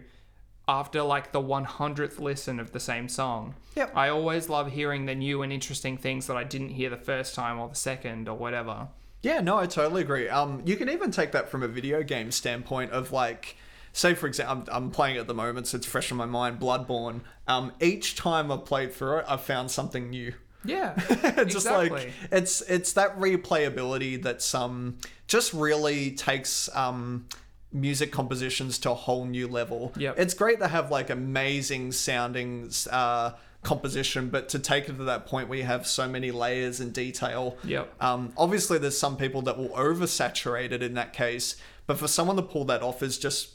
S2: after like the 100th listen of the same song.
S1: Yep.
S2: I always love hearing the new and interesting things that I didn't hear the first time or the second or whatever.
S1: Yeah, no, I totally agree. Um, you can even take that from a video game standpoint of like, say for example, I'm, I'm playing it at the moment, so it's fresh in my mind. Bloodborne. Um, each time I've played through it, I've found something new.
S2: <laughs> Yeah.
S1: <laughs> just like it's it's that replayability that's um just really takes um music compositions to a whole new level.
S2: Yep.
S1: It's great to have like amazing sounding uh composition, but to take it to that point where you have so many layers and detail.
S2: Yep.
S1: Um obviously there's some people that will oversaturate it in that case, but for someone to pull that off is just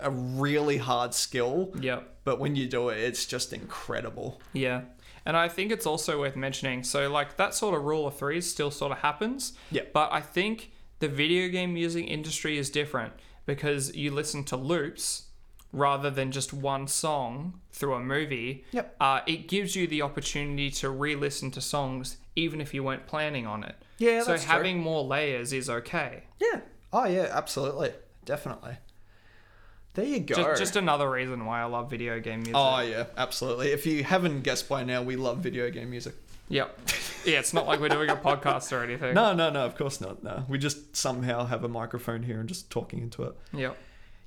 S1: a really hard skill.
S2: Yep.
S1: But when you do it, it's just incredible.
S2: Yeah. And I think it's also worth mentioning. So, like, that sort of rule of threes still sort of happens.
S1: Yeah.
S2: But I think the video game music industry is different because you listen to loops rather than just one song through a movie.
S1: Yep.
S2: Uh, it gives you the opportunity to re listen to songs even if you weren't planning on it.
S1: Yeah,
S2: So,
S1: that's true.
S2: having more layers is okay.
S1: Yeah. Oh yeah, absolutely. Definitely. There you go.
S2: Just, just another reason why I love video game music.
S1: Oh yeah, absolutely. If you haven't guessed by now, we love video game music.
S2: Yep. yeah, it's not like
S1: <laughs>
S2: we're doing a podcast or anything.
S1: No, no, no, of course not. No. We just somehow have a microphone here and just talking into it.
S2: Yep.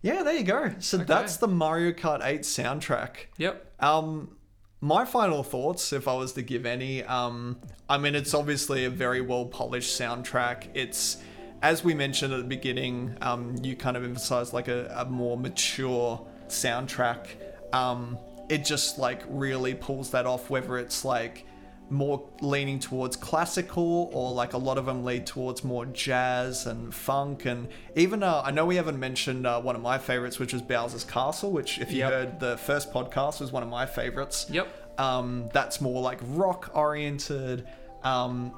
S1: Yeah, there you go. So that's the Mario Kart 8 soundtrack.
S2: Yep.
S1: Um my final thoughts, if I was to give any, um, I mean, it's obviously a very well polished soundtrack. It's, as we mentioned at the beginning, um, you kind of emphasized like a, a more mature soundtrack. Um, it just like really pulls that off, whether it's like more leaning towards classical or like a lot of them lead towards more jazz and funk and even uh, i know we haven't mentioned uh, one of my favorites which was bowser's castle which if you
S2: Yep.
S1: heard the first podcast was one of my favorites
S2: Yep.
S1: um, that's more like rock oriented. Um,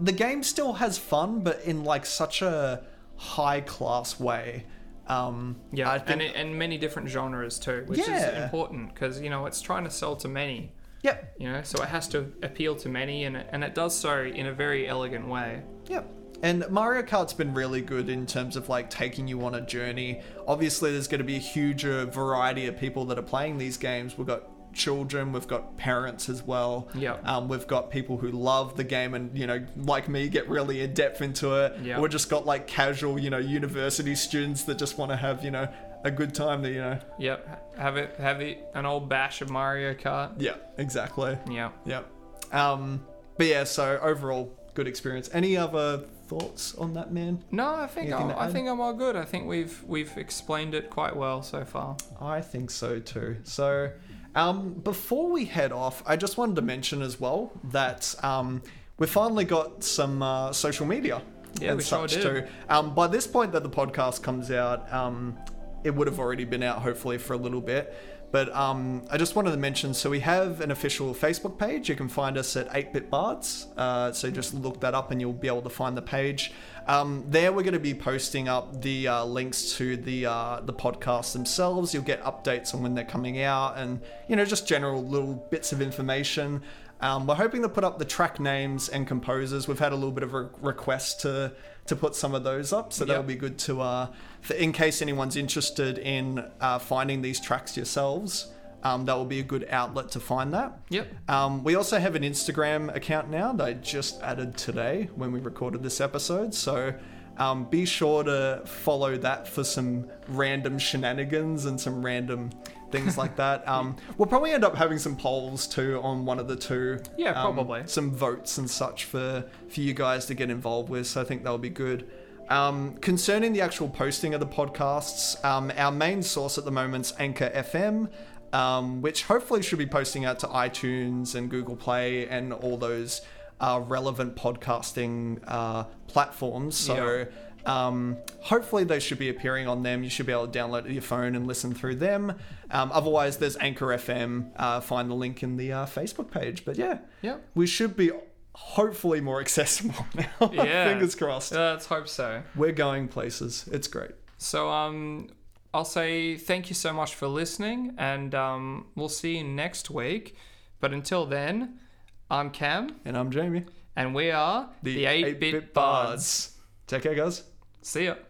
S1: the game still has fun, but in like such a high class way. Um,
S2: Yeah,
S1: I think,
S2: and, and many different genres too, which is
S1: Yeah.
S2: important because you know it's trying to sell to many.
S1: yep,
S2: You know, so it has to appeal to many, and it, and it does so in a very elegant way.
S1: Yep. And Mario Kart's been really good in terms of like taking you on a journey. Obviously, there's going to be a huger variety of people that are playing these games. We've got children, we've got parents as well.
S2: Yep.
S1: Um, we've got people who love the game and you know, like me, get really in depth into it.
S2: Yep.
S1: We've just got like casual, you know, university students that just want to have you know a good time. That you know,
S2: Yep, have it have it, an old bash of Mario Kart.
S1: yeah, exactly.
S2: Yeah.
S1: Yep. Um, but yeah, so overall, good experience. Any other thoughts on that, man?
S2: No, I think
S1: Anything
S2: I'm,
S1: to
S2: I
S1: add?
S2: think I'm all good. I think we've we've explained it quite well so far.
S1: I think so too. So, um, before we head off, I just wanted to mention as well that um, we finally got some uh, social media
S2: Yeah,
S1: and
S2: we sure
S1: such
S2: did.
S1: too. Um, by this point that the podcast comes out, um, it would have already been out hopefully for a little bit. But um, I just wanted to mention so we have an official Facebook page. You can find us at 8bit bards. Uh, so just look that up and you'll be able to find the page. Um, there we're going to be posting up the uh, links to the uh, the podcasts themselves. You'll get updates on when they're coming out and you know just general little bits of information. Um, we're hoping to put up the track names and composers. We've had a little bit of a request to to put some of those up, so that'll
S2: Yep.
S1: be good to uh, for, in case anyone's interested in uh, finding these tracks yourselves. Um, that will be a good outlet to find that.
S2: Yep.
S1: Um, we also have an Instagram account now that I just added today when we recorded this episode. So um, be sure to follow that for some random shenanigans and some random things like
S2: <laughs>
S1: that. Um, we'll probably end up having some polls too on one of the two.
S2: Yeah,
S1: um,
S2: probably.
S1: Some votes and such for, for you guys to get involved with. So I think that'll be good. Um, concerning the actual posting of the podcasts, um, our main source at the moment's Anchor FM, um, which hopefully should be posting out to iTunes and Google Play and all those uh, relevant podcasting uh, platforms. So um, hopefully they should be appearing on them. You should be able to download it to your phone and listen through them. Um, otherwise, there's Anchor FM. Uh, find the link in the uh, Facebook page. But yeah,
S2: Yep.
S1: we should be hopefully more accessible <laughs> now.
S2: Yeah.
S1: <laughs> Fingers crossed.
S2: Let's hope so.
S1: We're going places. It's great.
S2: So um, I'll say thank you so much for listening, and um, we'll see you next week. But until then, I'm Cam,
S1: And I'm Jamie.
S2: and we are the Eight Bit Bards.
S1: Take care, guys.
S2: See ya.